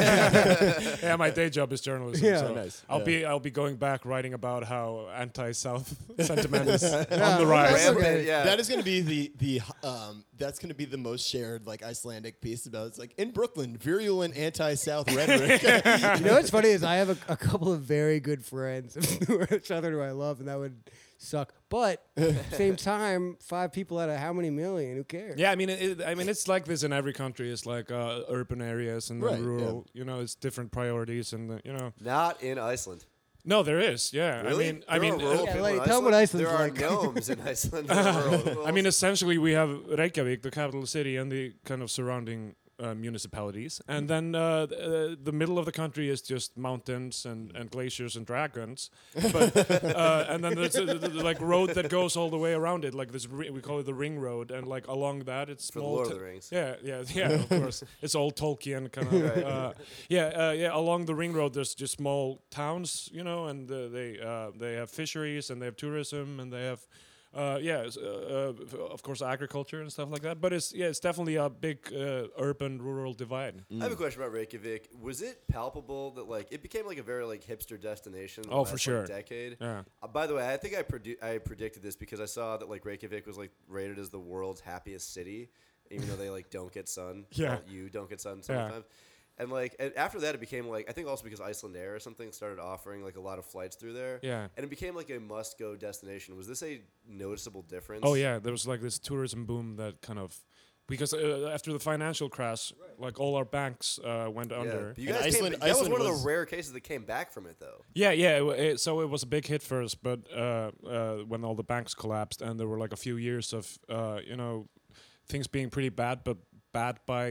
Speaker 5: Yeah, my day job is journalism.
Speaker 4: Yeah.
Speaker 5: so
Speaker 1: Nice.
Speaker 5: I'll
Speaker 1: Yeah.
Speaker 5: be I'll be going back writing about how anti-South sentiment is on the rise.
Speaker 4: That's
Speaker 3: Rampant,
Speaker 4: okay.
Speaker 3: yeah.
Speaker 1: that is going to be the the um, that's going to be the most shared like Icelandic piece about it's like in Brooklyn virulent anti-South rhetoric.
Speaker 4: You know what's funny is I have a, a couple of very good friends who are each other who I love, and that would suck. But same time, five people out of how many million? Who cares?
Speaker 5: Yeah, I mean, it, it- I mean, it's like this in every country. It's like uh, urban areas and then
Speaker 1: Right, yeah.
Speaker 5: rural. You know, it's different priorities, and uh, you know,
Speaker 2: Not in Iceland.
Speaker 5: no, there is. Yeah,
Speaker 2: Really?
Speaker 5: I
Speaker 2: There
Speaker 5: mean, I
Speaker 2: are
Speaker 5: mean,
Speaker 2: rural
Speaker 5: uh,
Speaker 4: Yeah,
Speaker 2: people
Speaker 4: like,
Speaker 2: in
Speaker 4: tell 'em what
Speaker 2: Iceland? There
Speaker 4: Iceland's
Speaker 2: are
Speaker 4: like.
Speaker 2: gnomes in Iceland. There are rural-
Speaker 5: I mean, essentially, we have Reykjavik, the capital city, and the kind of surrounding uh, municipalities,
Speaker 2: Mm.
Speaker 5: and then uh, th- uh, the middle of the country is just mountains and, and glaciers and dragons, but, uh, and then there's a, th- th- like road that goes all the way around it, like this ri- we call it the ring road, and like along that it's
Speaker 2: From
Speaker 5: small
Speaker 2: Lord of
Speaker 5: t-
Speaker 2: the Rings.
Speaker 5: Yeah, yeah, yeah. Of course, it's all Tolkien kind of. Uh, yeah, uh, yeah. Along the ring road, there's just small towns, you know, and uh, they uh, they have fisheries and they have tourism and they have. Uh, yeah, it's, uh, uh, f- of course, agriculture and stuff like that. But it's yeah, it's definitely a big uh, urban-rural divide.
Speaker 2: I have a question about Reykjavik. Was it palpable that like it became like a very like hipster destination? in the
Speaker 5: Oh,
Speaker 2: last,
Speaker 5: for
Speaker 2: like,
Speaker 5: sure.
Speaker 2: decade.
Speaker 5: Yeah.
Speaker 2: Uh, by the way, I think I produ- I predicted this because I saw that like Reykjavik was like rated as the world's happiest city, even though they like don't get sun.
Speaker 5: Yeah.
Speaker 2: Well, you don't get sun sometimes. And like and after that, it became like I think also because Iceland Air or something started offering like a lot of flights through there.
Speaker 5: Yeah.
Speaker 2: And it became like a must-go destination. Was this a noticeable difference?
Speaker 5: Oh yeah, there was like this tourism boom that kind of because uh, after the financial crash, like all our banks uh, went
Speaker 2: Yeah.
Speaker 5: under.
Speaker 2: But you
Speaker 1: And
Speaker 2: guys
Speaker 1: Iceland-
Speaker 2: came, that
Speaker 1: Iceland
Speaker 2: was one of
Speaker 1: was-
Speaker 2: the rare cases that came back from it though.
Speaker 5: Yeah, yeah. It, wa- it, so it was a big hit first, but uh, uh, when all the banks collapsed and there were like a few years of uh, you know things being pretty bad, but bad by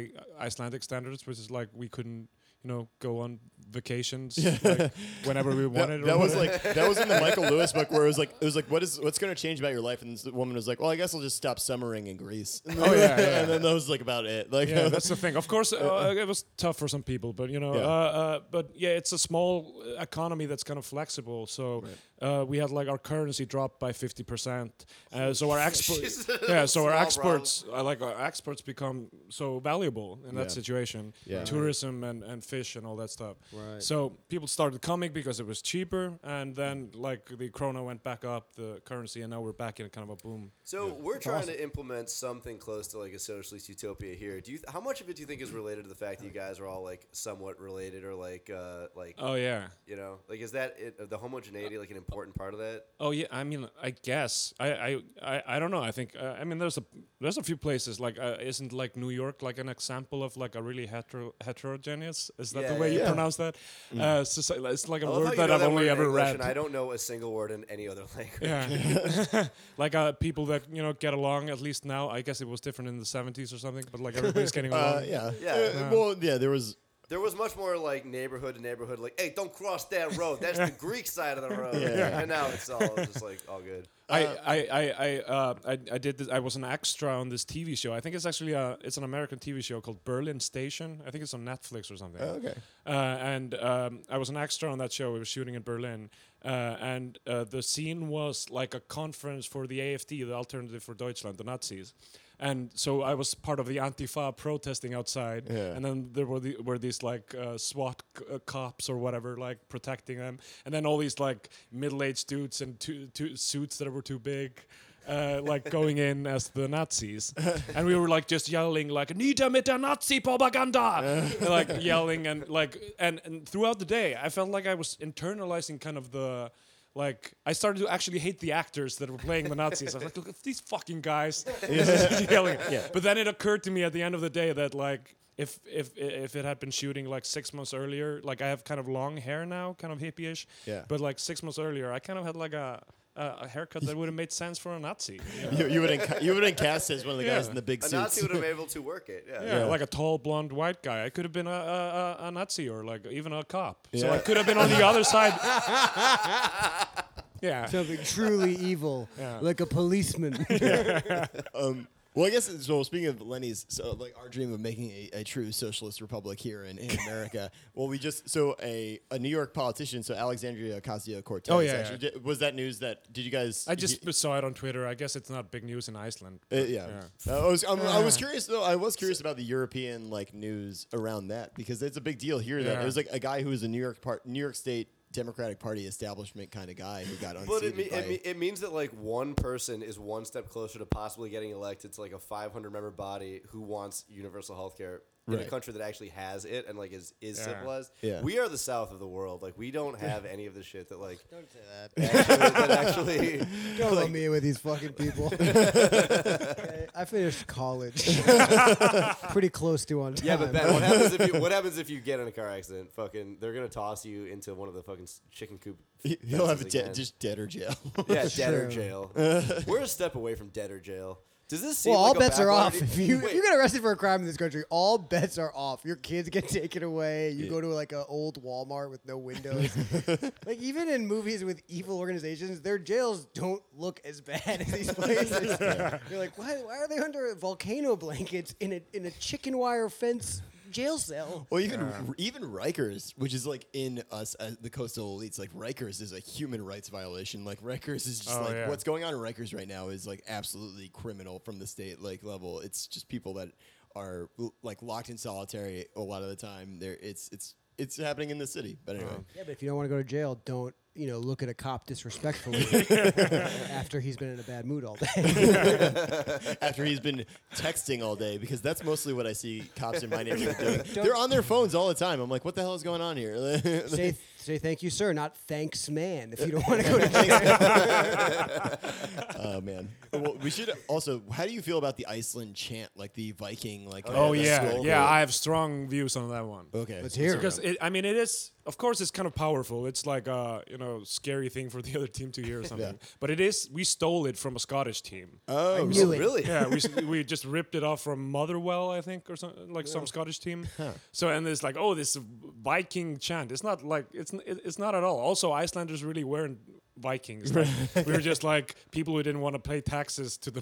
Speaker 5: Icelandic standards, which is like we couldn't you know go on vacations like, whenever we wanted.
Speaker 1: That,
Speaker 5: or
Speaker 1: that was
Speaker 5: whatever.
Speaker 1: like that was in the Michael Lewis book where it was like it was like what is what's gonna change about your life and this woman was like well I guess I'll just stop summering in Greece
Speaker 5: Oh, yeah, yeah.
Speaker 1: and then that was like about it like
Speaker 5: yeah, that's the thing. Of course, uh, it was tough for some people, but you know,
Speaker 1: Yeah.
Speaker 5: uh, uh, but yeah, it's a small uh, economy that's kind of flexible. So uh, we had like our currency dropped by fifty percent. Uh, so our exports, yeah, so our
Speaker 2: Small
Speaker 5: exports, uh, like our exports, become so valuable in that
Speaker 1: Yeah.
Speaker 5: situation.
Speaker 1: Yeah.
Speaker 5: tourism and, and fish and all that stuff.
Speaker 4: Right.
Speaker 5: So people started coming because it was cheaper, and then like the krona went back up, the currency, and now we're back in kind of a boom.
Speaker 2: So we're trying to implement something close to like a socialist utopia here. Do you? Th- how much of it do you think is related to the fact that you guys are all like somewhat related, or like, uh, like
Speaker 5: Oh yeah.
Speaker 2: you know, like is that it, the homogeneity like an important part of that?
Speaker 5: Oh yeah, I mean, I guess I I, I, I don't know. I think uh, I mean there's a there's a few places like uh, isn't like New York like an example of like a really hetero heterogeneous? Is that
Speaker 2: Yeah,
Speaker 5: the way
Speaker 2: yeah,
Speaker 5: you
Speaker 2: yeah.
Speaker 5: pronounce that? Uh, soci- it's like a
Speaker 2: I love how
Speaker 5: word
Speaker 2: you
Speaker 5: that
Speaker 2: know
Speaker 5: I've only
Speaker 2: word in
Speaker 5: ever
Speaker 2: English
Speaker 5: read.
Speaker 2: and I don't know a single word in any other language.
Speaker 5: yeah, like uh, people that you know get along at least now. I guess it was different in the '70s or something, but like everybody's getting along.
Speaker 1: uh, yeah
Speaker 2: Yeah.
Speaker 1: Uh, well yeah there was
Speaker 2: There was much more like neighborhood to neighborhood, like, hey, don't cross that road. That's the Greek side of the road. And now it's all just like all good.
Speaker 5: I I I I, uh, I I did this. I was an extra on this TV show. I think it's actually a, it's an American TV show called Berlin Station. I think it's on Netflix or something.
Speaker 1: Oh, okay.
Speaker 5: Uh, and um, I was an extra on that show. We were shooting in Berlin, uh, and uh, the scene was like a conference for the AFD, the Alternative for Deutschland, the Nazis. And so I was part of the Antifa protesting outside,
Speaker 1: Yeah.
Speaker 5: and then there were the, were these like uh, SWAT c- uh, cops or whatever, like protecting them, and then all these like middle aged dudes in two, two suits that were too big. Uh, like going in as the Nazis, and we were like just yelling like "Nieder mit der Nazi Propaganda," like yelling and like and, and throughout the day, I felt like I was internalizing kind of the like I started to actually hate the actors that were playing the Nazis. I was like, look at these fucking guys yelling. But then it occurred to me at the end of the day that like if if if it had been shooting like six months earlier, like I have kind of long hair now, kind of hippie-ish.
Speaker 1: Yeah.
Speaker 5: But like six months earlier, I kind of had like a a a haircut that would have made sense for a Nazi. Yeah.
Speaker 1: you, you wouldn't ca- you wouldn't cast as one of the guys
Speaker 5: Yeah.
Speaker 1: in the big
Speaker 2: A
Speaker 1: suits
Speaker 2: Nazi would have been able to work it. Yeah.
Speaker 5: Yeah, like a tall blonde white guy. I could have been a, a, a- a Nazi or like even a cop. So I
Speaker 1: Yeah.
Speaker 5: could have been on the other side. yeah.
Speaker 4: Something truly evil, like a policeman.
Speaker 1: Well, I guess it's- well. Speaking of Lenny's, so like our dream of making a, a true socialist republic here in, in America. Well, we just so a, a New York politician, so Alexandria Ocasio Cortez.
Speaker 5: Oh, yeah, yeah.
Speaker 1: was that news that did you guys?
Speaker 5: I just saw it on Twitter. I guess it's not big news in Iceland.
Speaker 1: Uh, yeah, Uh, I was I'm, I was curious though. I was curious about the European like news around that because it's a big deal here. That
Speaker 5: Yeah.
Speaker 1: it was like a guy who was a New York part, New York State Democratic Party establishment kind of guy who got
Speaker 2: But it,
Speaker 1: unseated.
Speaker 2: me-
Speaker 1: by,
Speaker 2: it, me- it means that like one person is one step closer to possibly getting elected to like a 500 member body who wants universal health care
Speaker 3: in
Speaker 1: Right.
Speaker 3: a country that actually has it and like is is
Speaker 5: Yeah.
Speaker 3: civilized.
Speaker 1: Yeah.
Speaker 3: We are the south of the world. Like we don't have any of the shit that like
Speaker 4: Don't say that.
Speaker 3: actually, that actually
Speaker 4: Don't let me in with these fucking people. Okay, I finished college pretty close to on time.
Speaker 3: Yeah, but Ben, what happens if you what happens if you get in a car accident? Fucking, they're gonna toss you into one of the fucking s- chicken coop.
Speaker 1: He- He'll have a
Speaker 3: fences
Speaker 1: de-
Speaker 3: again.
Speaker 1: just dead or jail.
Speaker 3: yeah,
Speaker 4: That's
Speaker 3: dead or
Speaker 4: true.
Speaker 3: jail. We're a step away from dead or jail. Does this seem
Speaker 4: well, all
Speaker 3: like a
Speaker 4: bets are off.
Speaker 3: backward-
Speaker 4: If you,
Speaker 3: Wait,
Speaker 4: if you get arrested for a crime in this country, all bets are off. Your kids get taken away. You go to like an old Walmart with no windows. like even in movies with evil organizations, their jails don't look as bad as these places. You're like, why, why are they under volcano blankets in a in a chicken wire fence jail cell?
Speaker 1: well, even even Rikers, which is like in us uh, the coastal elites, like Rikers is a human rights violation. Like Rikers is just
Speaker 5: Oh,
Speaker 1: like
Speaker 5: yeah.
Speaker 1: what's going on in Rikers right now is like absolutely criminal from the state like level. It's just people that are l- like locked in solitary a lot of the time. There, it's it's it's happening in the city. But anyway,
Speaker 4: Yeah, but if you don't want to go to jail, don't you know look at a cop disrespectfully after he's been in a bad mood all day.
Speaker 5: Oh.
Speaker 1: after he's been texting all day because that's mostly what I see cops in my neighborhood doing. They're on their phones all the time. I'm like, what the hell is going on here?
Speaker 4: say say thank you, sir, not thanks, man. If you don't want to go to jail.
Speaker 1: Oh man. Well, we should also. How do you feel about the Iceland chant, like the Viking, like?
Speaker 5: Oh
Speaker 1: the
Speaker 5: yeah,
Speaker 1: skull?
Speaker 5: yeah. I have strong views on that one.
Speaker 1: okay.
Speaker 4: Let's hear
Speaker 5: Because it, I mean, it is. Of course, it's kind of powerful. It's like a you know scary thing for the other team to hear or something. But it is. We stole it from a Scottish team.
Speaker 1: Oh,
Speaker 4: knew it.
Speaker 3: really?
Speaker 5: yeah, we, s- we just ripped it off from Motherwell, I think, or something like some Scottish team. So and it's like, oh, this Viking chant. It's not like it's n- it- it's not at all. Also, Icelanders really weren't Vikings. Like, we were just like people who didn't want to pay taxes to the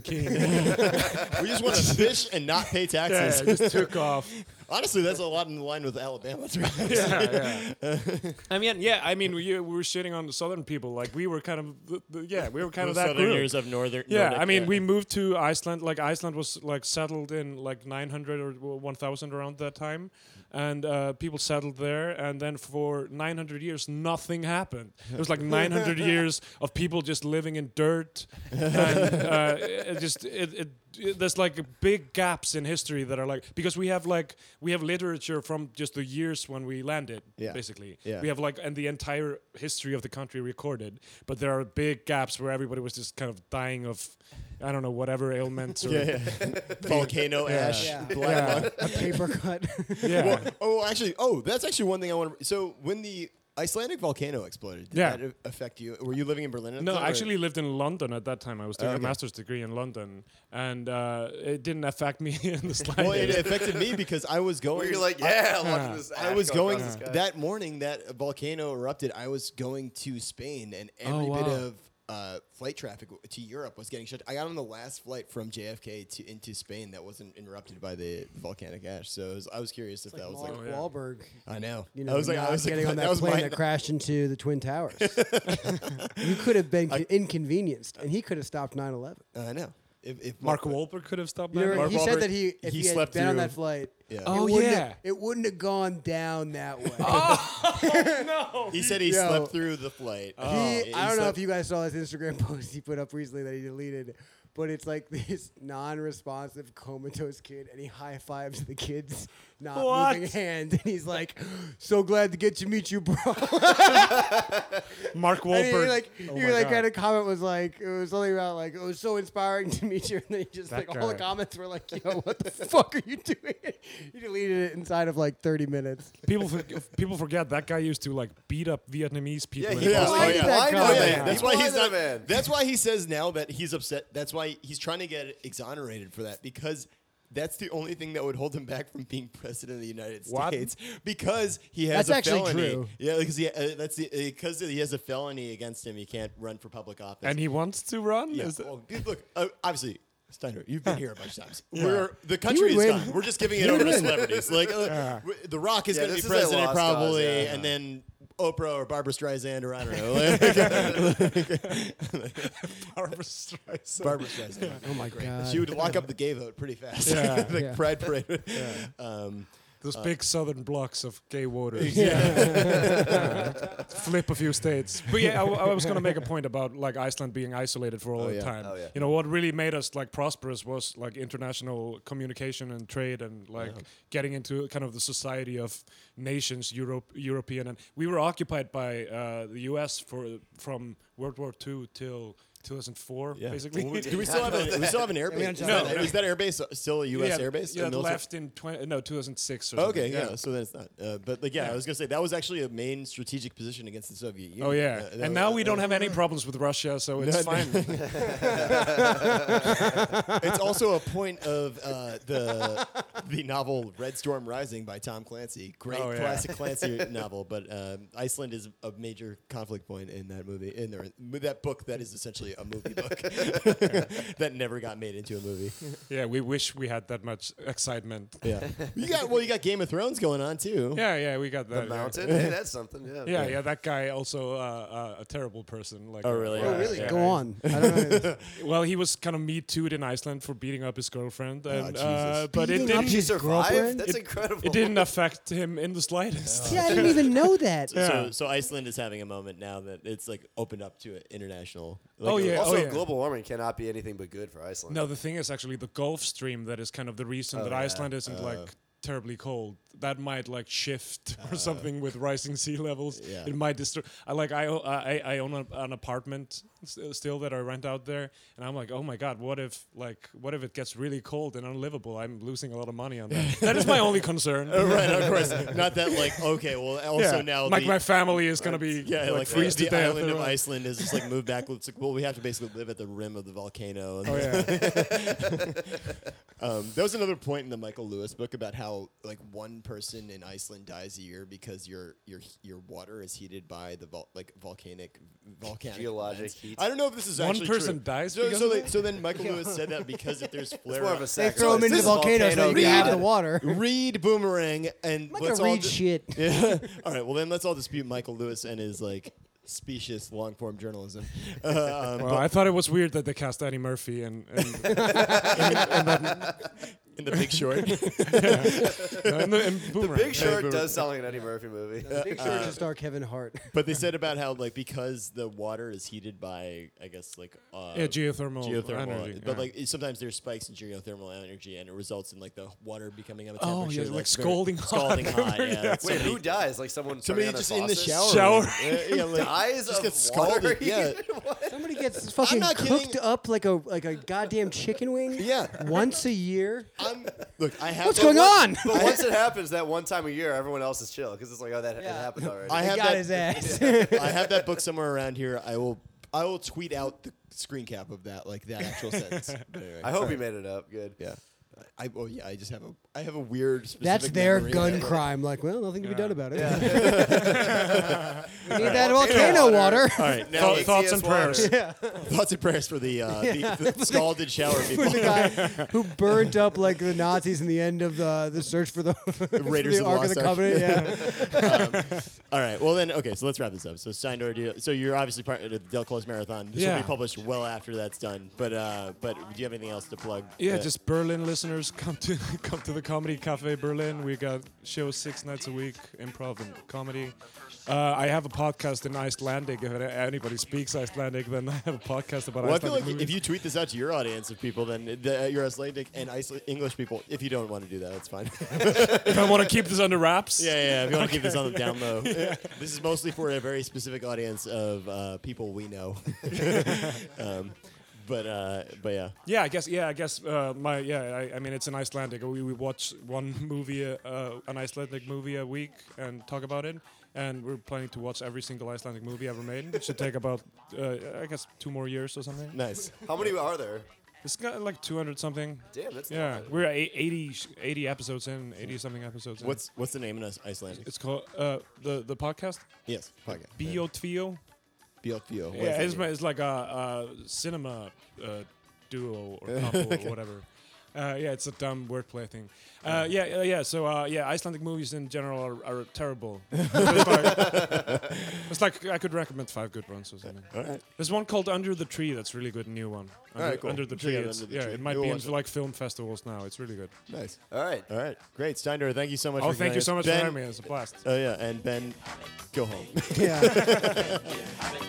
Speaker 5: king. yeah,
Speaker 1: we just want to fish and not pay taxes.
Speaker 5: it just took off.
Speaker 1: Honestly, that's a lot in line with Alabama. to be honest.
Speaker 5: yeah, yeah. I mean, yeah. I mean, we, uh, we were shitting on the southern people. Like we were kind of, the, the, yeah, we were kind of that group.
Speaker 1: Southerners of northern.
Speaker 5: yeah,
Speaker 1: Nordic,
Speaker 5: I mean, we moved to Iceland. Like Iceland was like settled in like 900 or 1,000 around that time, and uh, people settled there. And then for 900 years, nothing happened. It was like 900 years of people just living in dirt, and uh, it just it, it, it- there's like big gaps in history that are like because we have like we have literature from just the years when we landed,
Speaker 1: Yeah.
Speaker 5: basically.
Speaker 1: Yeah.
Speaker 5: We have like and the entire history of the country recorded, but there are big gaps where everybody was just kind of dying of, I don't know, whatever ailments. Or,
Speaker 1: Yeah, yeah. volcano ash.
Speaker 4: Yeah.
Speaker 1: Black lung.
Speaker 4: a paper cut.
Speaker 5: yeah.
Speaker 1: Well, oh, actually, oh, that's actually one thing I want. to... So when the Icelandic volcano exploded, did
Speaker 5: Yeah.
Speaker 1: that a- affect you? Were you living in Berlin? At
Speaker 5: No,
Speaker 1: the time,
Speaker 5: I
Speaker 1: or-
Speaker 5: actually lived in London at that time. I was doing
Speaker 1: Oh, okay.
Speaker 5: a master's degree in London, and uh, it didn't affect me in the slightest.
Speaker 1: Well, it affected me because I was going.
Speaker 3: Where you're like, yeah, watching this.
Speaker 1: I
Speaker 3: ash
Speaker 1: was
Speaker 3: go
Speaker 1: going
Speaker 3: across the sky.
Speaker 1: that morning that volcano erupted. I was going to Spain, and every
Speaker 5: Oh,
Speaker 1: bit
Speaker 5: wow.
Speaker 1: of uh, flight traffic w- to Europe was getting shut. I got on the last flight from JFK to into Spain that wasn't interrupted by the volcanic ash. So it was, I was curious if that was like.
Speaker 4: Mark Wahlberg.
Speaker 1: I know.
Speaker 4: You know,
Speaker 1: Oh, I was like,
Speaker 4: not
Speaker 1: I was like,
Speaker 4: getting on that,
Speaker 1: was
Speaker 4: plane
Speaker 1: my-
Speaker 4: that crashed into the Twin Towers. you could have been inconvenienced, and he could have stopped 9/11.
Speaker 1: I know. If, if
Speaker 5: Mark Wahlberg could have stopped
Speaker 4: You
Speaker 5: that. Mark
Speaker 4: remember, he said
Speaker 5: Wahlberg-
Speaker 4: that he if
Speaker 1: he
Speaker 4: he, had
Speaker 1: slept
Speaker 4: been on
Speaker 1: through-
Speaker 4: that flight.
Speaker 1: Yeah.
Speaker 4: it
Speaker 1: Oh,
Speaker 4: wouldn't have-
Speaker 5: yeah.
Speaker 4: it wouldn't have gone down that way.
Speaker 1: he said he
Speaker 4: Yo.
Speaker 1: slept through the flight.
Speaker 5: Oh,
Speaker 1: Oh,
Speaker 4: He-
Speaker 1: He
Speaker 4: I don't know if
Speaker 1: slept-
Speaker 4: you guys saw his Instagram post he put up recently that he deleted, but it's like this non-responsive comatose kid, and he high fives the kid's not
Speaker 5: What?
Speaker 4: moving hand, and he's like, "So glad to get to meet you, bro."
Speaker 5: Mark
Speaker 4: and he,
Speaker 5: Wahlberg.
Speaker 4: like,
Speaker 5: Oh
Speaker 4: he
Speaker 5: my
Speaker 4: like
Speaker 5: God.
Speaker 4: had a comment was like, it was something about like, it was so inspiring to meet you, and then he just
Speaker 5: That
Speaker 4: like all the
Speaker 5: guy.
Speaker 4: comments were like, "Yo, what the fuck are you doing?" he deleted it inside of like 30 minutes.
Speaker 5: people for, people forget that guy used to like beat up Vietnamese people.
Speaker 3: Yeah,
Speaker 5: in
Speaker 3: he
Speaker 1: Yeah.
Speaker 5: Boston.
Speaker 1: Oh,
Speaker 3: blinded-
Speaker 1: yeah.
Speaker 3: he blinded
Speaker 1: Oh,
Speaker 3: the
Speaker 1: yeah.
Speaker 3: man.
Speaker 1: That's
Speaker 3: He
Speaker 1: why he's
Speaker 3: blinded
Speaker 1: not.
Speaker 3: the man.
Speaker 1: That's why he says now that he's upset. That's why he's trying to get exonerated for that because that's the only thing that would hold him back from being president of the United
Speaker 5: What?
Speaker 1: States because he has
Speaker 4: That's
Speaker 1: a
Speaker 4: actually
Speaker 1: felony.
Speaker 4: true.
Speaker 1: Yeah, because he, uh, that's the, because he has a felony against him. He can't run for public office.
Speaker 5: and he wants to run.
Speaker 1: yeah.
Speaker 5: Is-
Speaker 1: well, dude, look, uh, obviously. Steiner, you've been here a bunch of times. We're the country
Speaker 4: would
Speaker 1: is
Speaker 4: win.
Speaker 1: gone. We're just giving it over to celebrities. Like uh, w- The Rock is
Speaker 3: Yeah,
Speaker 1: going
Speaker 3: this
Speaker 1: to be
Speaker 3: is a
Speaker 1: president
Speaker 3: lost cause,
Speaker 1: probably,
Speaker 3: yeah.
Speaker 1: and then Oprah or Barbara Streisand or I don't know.
Speaker 5: Barbra Streisand.
Speaker 1: Barbara Streisand.
Speaker 4: Oh my god!
Speaker 1: She would lock up the gay vote pretty fast.
Speaker 5: Yeah.
Speaker 1: the
Speaker 4: Yeah.
Speaker 1: Pride Parade. Um,
Speaker 6: Those big southern blocks of gay waters. Flip a few states.
Speaker 5: but yeah, I, w- I was going to make a point about like Iceland being isolated for all
Speaker 1: Oh,
Speaker 5: the
Speaker 1: yeah.
Speaker 5: time.
Speaker 3: Oh, yeah.
Speaker 5: You know what really made us like prosperous was like international communication and trade and like getting into kind of the society of nations, Europe, European, and we were occupied by uh, the U.S. for from World War II till 2004,
Speaker 1: Yeah.
Speaker 5: basically.
Speaker 1: Well, we- do we still have a, we still have an airbase?
Speaker 4: gonna
Speaker 1: Is,
Speaker 4: talk
Speaker 1: that,
Speaker 4: about
Speaker 1: is that airbase still a U.S.
Speaker 5: Yeah,
Speaker 1: airbase?
Speaker 5: Yeah,
Speaker 1: A military-
Speaker 5: left in 20, no 2006. Or
Speaker 1: Okay,
Speaker 5: something.
Speaker 1: yeah. So then it's not. Uh, but like, yeah, I was gonna say that was actually a main strategic position against the Soviet Union.
Speaker 5: Oh yeah,
Speaker 1: Uh, that
Speaker 5: and
Speaker 1: was-
Speaker 5: now we
Speaker 1: that
Speaker 5: don't
Speaker 1: was-
Speaker 5: have any problems with Russia, so it's fine.
Speaker 1: It's also a point of uh, the the novel Red Storm Rising by Tom Clancy. Great
Speaker 5: Oh, yeah.
Speaker 1: classic Clancy novel, but um, Iceland is a major conflict point in that movie, in there, with that book that is essentially a movie book that never got made into a movie.
Speaker 5: yeah, we wish we had that much excitement.
Speaker 1: Yeah, you got well, you got Game of Thrones going on too.
Speaker 5: Yeah, yeah, we got that. yeah.
Speaker 3: Mountain? Hey, that's something. Yeah.
Speaker 5: Yeah, yeah, that guy also uh, uh, a terrible person. Like,
Speaker 1: Oh, really?
Speaker 5: uh,
Speaker 1: Oh, really?
Speaker 5: yeah.
Speaker 4: Go on. I don't know.
Speaker 5: Well, he was kind of me tooed in Iceland for beating up his girlfriend, and,
Speaker 1: Jesus.
Speaker 5: uh, but it
Speaker 4: Beating up
Speaker 5: didn't.
Speaker 3: She
Speaker 4: his
Speaker 3: survived?
Speaker 4: girlfriend?
Speaker 3: That's incredible.
Speaker 5: It didn't affect him in the slightest.
Speaker 4: yeah, I didn't even know that.
Speaker 1: So, so Iceland is having a moment now that it's like opened up to an international. Like
Speaker 5: Oh,
Speaker 1: a-
Speaker 5: yeah.
Speaker 3: Also,
Speaker 5: oh, yeah.
Speaker 3: global warming cannot be anything but good for Iceland.
Speaker 5: No, the thing is actually the Gulf Stream that is kind of the
Speaker 1: Oh,
Speaker 5: reason that Iceland isn't like terribly cold. That might like shift or something with rising sea levels.
Speaker 1: Uh. Yeah.
Speaker 5: It might disturb. I like I o- I, I own a, an apartment s- uh, still that I rent out there, and I'm like, oh my god, what if like what if it gets really cold and unlivable? I'm losing a lot of money on that. that is my only concern.
Speaker 1: Oh, right, of course. Not that like okay. Well, also now
Speaker 5: like
Speaker 1: the,
Speaker 5: my family is gonna be
Speaker 1: yeah, like,
Speaker 5: freeze
Speaker 1: the, the
Speaker 5: to death.
Speaker 1: island
Speaker 5: and
Speaker 1: of
Speaker 5: all-
Speaker 1: Iceland is just like moved back. It's like, well, we have to basically live at the rim of the volcano. And
Speaker 5: Oh yeah,
Speaker 1: um, there was another point in the Michael Lewis book about how like one person in Iceland dies a year because your your your water is heated by the vol- like volcanic volcanic
Speaker 3: Geologic
Speaker 1: vents.
Speaker 3: heat.
Speaker 1: I don't know if this is
Speaker 5: One
Speaker 1: actually
Speaker 5: person
Speaker 1: true.
Speaker 5: dies
Speaker 1: So
Speaker 5: because
Speaker 1: so,
Speaker 5: of
Speaker 1: they-
Speaker 5: that?
Speaker 1: so then Michael Lewis said that because if there's flare
Speaker 3: It's more of a
Speaker 1: up-
Speaker 4: They
Speaker 3: sacrifice.
Speaker 4: throw him into the
Speaker 3: This is
Speaker 4: volcano so you can have
Speaker 3: god.
Speaker 4: the water.
Speaker 1: Read Boomerang and
Speaker 4: I'm not
Speaker 1: let's
Speaker 4: gonna
Speaker 1: all
Speaker 4: read
Speaker 1: ju-
Speaker 4: shit.
Speaker 1: Yeah. all right. Well, then let's all dispute Michael Lewis and his like specious long form journalism. Uh, um,
Speaker 5: well, I thought it was weird that they cast Eddie Murphy and, and
Speaker 1: in the Big Short.
Speaker 5: and, the, and Boomerang.
Speaker 3: Big Short does sound like an Eddie Murphy movie.
Speaker 4: Big Short to star Kevin Hart.
Speaker 1: but they said about how like because the water is heated by I guess like uh,
Speaker 5: Yeah, geothermal,
Speaker 1: geothermal
Speaker 5: energy.
Speaker 1: but
Speaker 5: yeah.
Speaker 1: like it- sometimes there's spikes in geothermal energy and it results in like the water becoming of a
Speaker 5: Oh,
Speaker 1: temperature.
Speaker 5: yeah, like
Speaker 1: that's very-
Speaker 5: scalding hot.
Speaker 1: scalding hot. Yeah, that's
Speaker 3: Wait,
Speaker 1: somebody-
Speaker 3: who dies? Like someone
Speaker 1: Somebody
Speaker 3: turning on
Speaker 1: just
Speaker 3: their
Speaker 1: in the shower.
Speaker 3: faucet?
Speaker 5: Shower.
Speaker 1: Yeah, yeah, like,
Speaker 3: Dies
Speaker 1: just
Speaker 3: of
Speaker 1: gets
Speaker 3: water
Speaker 1: scalded. Yeah,
Speaker 4: Somebody gets fucking
Speaker 1: not
Speaker 4: cooked
Speaker 1: kidding.
Speaker 4: up like a like a goddamn chicken wing.
Speaker 1: Yeah.
Speaker 4: Once a year.
Speaker 1: I'm, look, I have
Speaker 4: What's
Speaker 1: to-
Speaker 4: going on?
Speaker 3: But once it happens, that one time a year, everyone else is chill because it's like, oh, that it
Speaker 4: Yeah.
Speaker 3: happened already.
Speaker 1: I
Speaker 4: He
Speaker 1: have
Speaker 4: got
Speaker 1: that,
Speaker 4: his ass.
Speaker 1: I have that book somewhere around here. I will I will tweet out the screen cap of that, like that actual sentence. But anyway,
Speaker 3: I hope he made it up. Good.
Speaker 1: yeah. I oh yeah, I just have a I have a weird. Specific
Speaker 4: That's their
Speaker 1: memory
Speaker 4: gun
Speaker 1: of it.
Speaker 4: crime. Like, well, nothing to be done about it. we need that
Speaker 3: Volcano
Speaker 4: volcano water.
Speaker 1: All right, now
Speaker 5: Thought-
Speaker 1: like,
Speaker 5: thoughts and
Speaker 3: ATS water.
Speaker 5: prayers.
Speaker 1: thoughts and prayers for the, uh, the, the scalded shower people.
Speaker 4: the guy who burned up like the Nazis in the end of the the search for the, for
Speaker 1: Raiders of the
Speaker 4: the Ark of the
Speaker 1: Lost Ark.
Speaker 4: Covenant.
Speaker 1: All
Speaker 4: Yeah.
Speaker 1: right, well then, okay, so let's wrap this up. So signed ordeal. So you're obviously part of the Del Close Marathon. This will
Speaker 5: Yeah.
Speaker 1: be published well after that's done. But uh, but do you have anything else to plug?
Speaker 5: Yeah,
Speaker 1: Uh,
Speaker 5: just Berlin listeners, come to come to the Comedy Cafe Berlin. We got shows six nights a week, improv and comedy. Uh, I have a podcast in Icelandic. If anybody speaks Icelandic, then I have a podcast about
Speaker 1: Well, I feel like
Speaker 5: Icelandic movies.
Speaker 1: if you tweet this out to your audience of people, then the, your Icelandic and Iceland, English people, if you don't want to do that, that's fine.
Speaker 5: If I want to keep this under wraps,
Speaker 1: Yeah, yeah. If you want to keep this on the down low, this is mostly for a very specific audience of uh, people we know. um, but uh, but yeah,
Speaker 5: Yeah, I guess. Yeah, I guess. Uh, my yeah. I, I mean, it's an Icelandic. We, we watch one movie, uh, uh, an Icelandic movie a week, and talk about it. And we're planning to watch every single Icelandic movie ever made. It should take about, uh, I guess, two more years or something.
Speaker 1: nice.
Speaker 3: How many are there?
Speaker 5: It's got like 200 something.
Speaker 3: Damn, that's
Speaker 5: Yeah,
Speaker 3: not-
Speaker 5: we're at eight- 80, sh- 80 episodes in, 80 something episodes in.
Speaker 1: What's what's the name in Ice- Icelandic?
Speaker 5: it's called uh, the the podcast
Speaker 1: Yes, podcast.
Speaker 5: Biotvio.
Speaker 1: Biotfio.
Speaker 5: Yeah, it's, it's like a, a cinema uh, duo or couple or whatever. Uh, yeah, it's a dumb wordplay thing. Uh, yeah, yeah, yeah. So uh, yeah, Icelandic movies in general are, are terrible. It's like, it's It's like I could recommend five good ones or something.
Speaker 1: All right.
Speaker 5: There's one called Under the Tree that's really good, new one. Under,
Speaker 1: Alright, cool.
Speaker 5: Under the
Speaker 1: Check
Speaker 5: Tree.
Speaker 1: out
Speaker 5: it's-
Speaker 1: Under the
Speaker 5: yeah,
Speaker 1: Tree.
Speaker 5: it might
Speaker 1: We'll
Speaker 5: be in
Speaker 1: watch it.
Speaker 5: like film festivals now. It's really good.
Speaker 1: Nice.
Speaker 2: All right.
Speaker 1: All right. Great. Steindor, thank you so much
Speaker 5: Oh,
Speaker 1: for
Speaker 5: thank you
Speaker 1: joining us.
Speaker 5: so
Speaker 1: Oh,
Speaker 5: much
Speaker 1: ben,
Speaker 5: for having me. It's a blast.
Speaker 1: Oh, yeah. And Ben, go home.
Speaker 4: Yeah.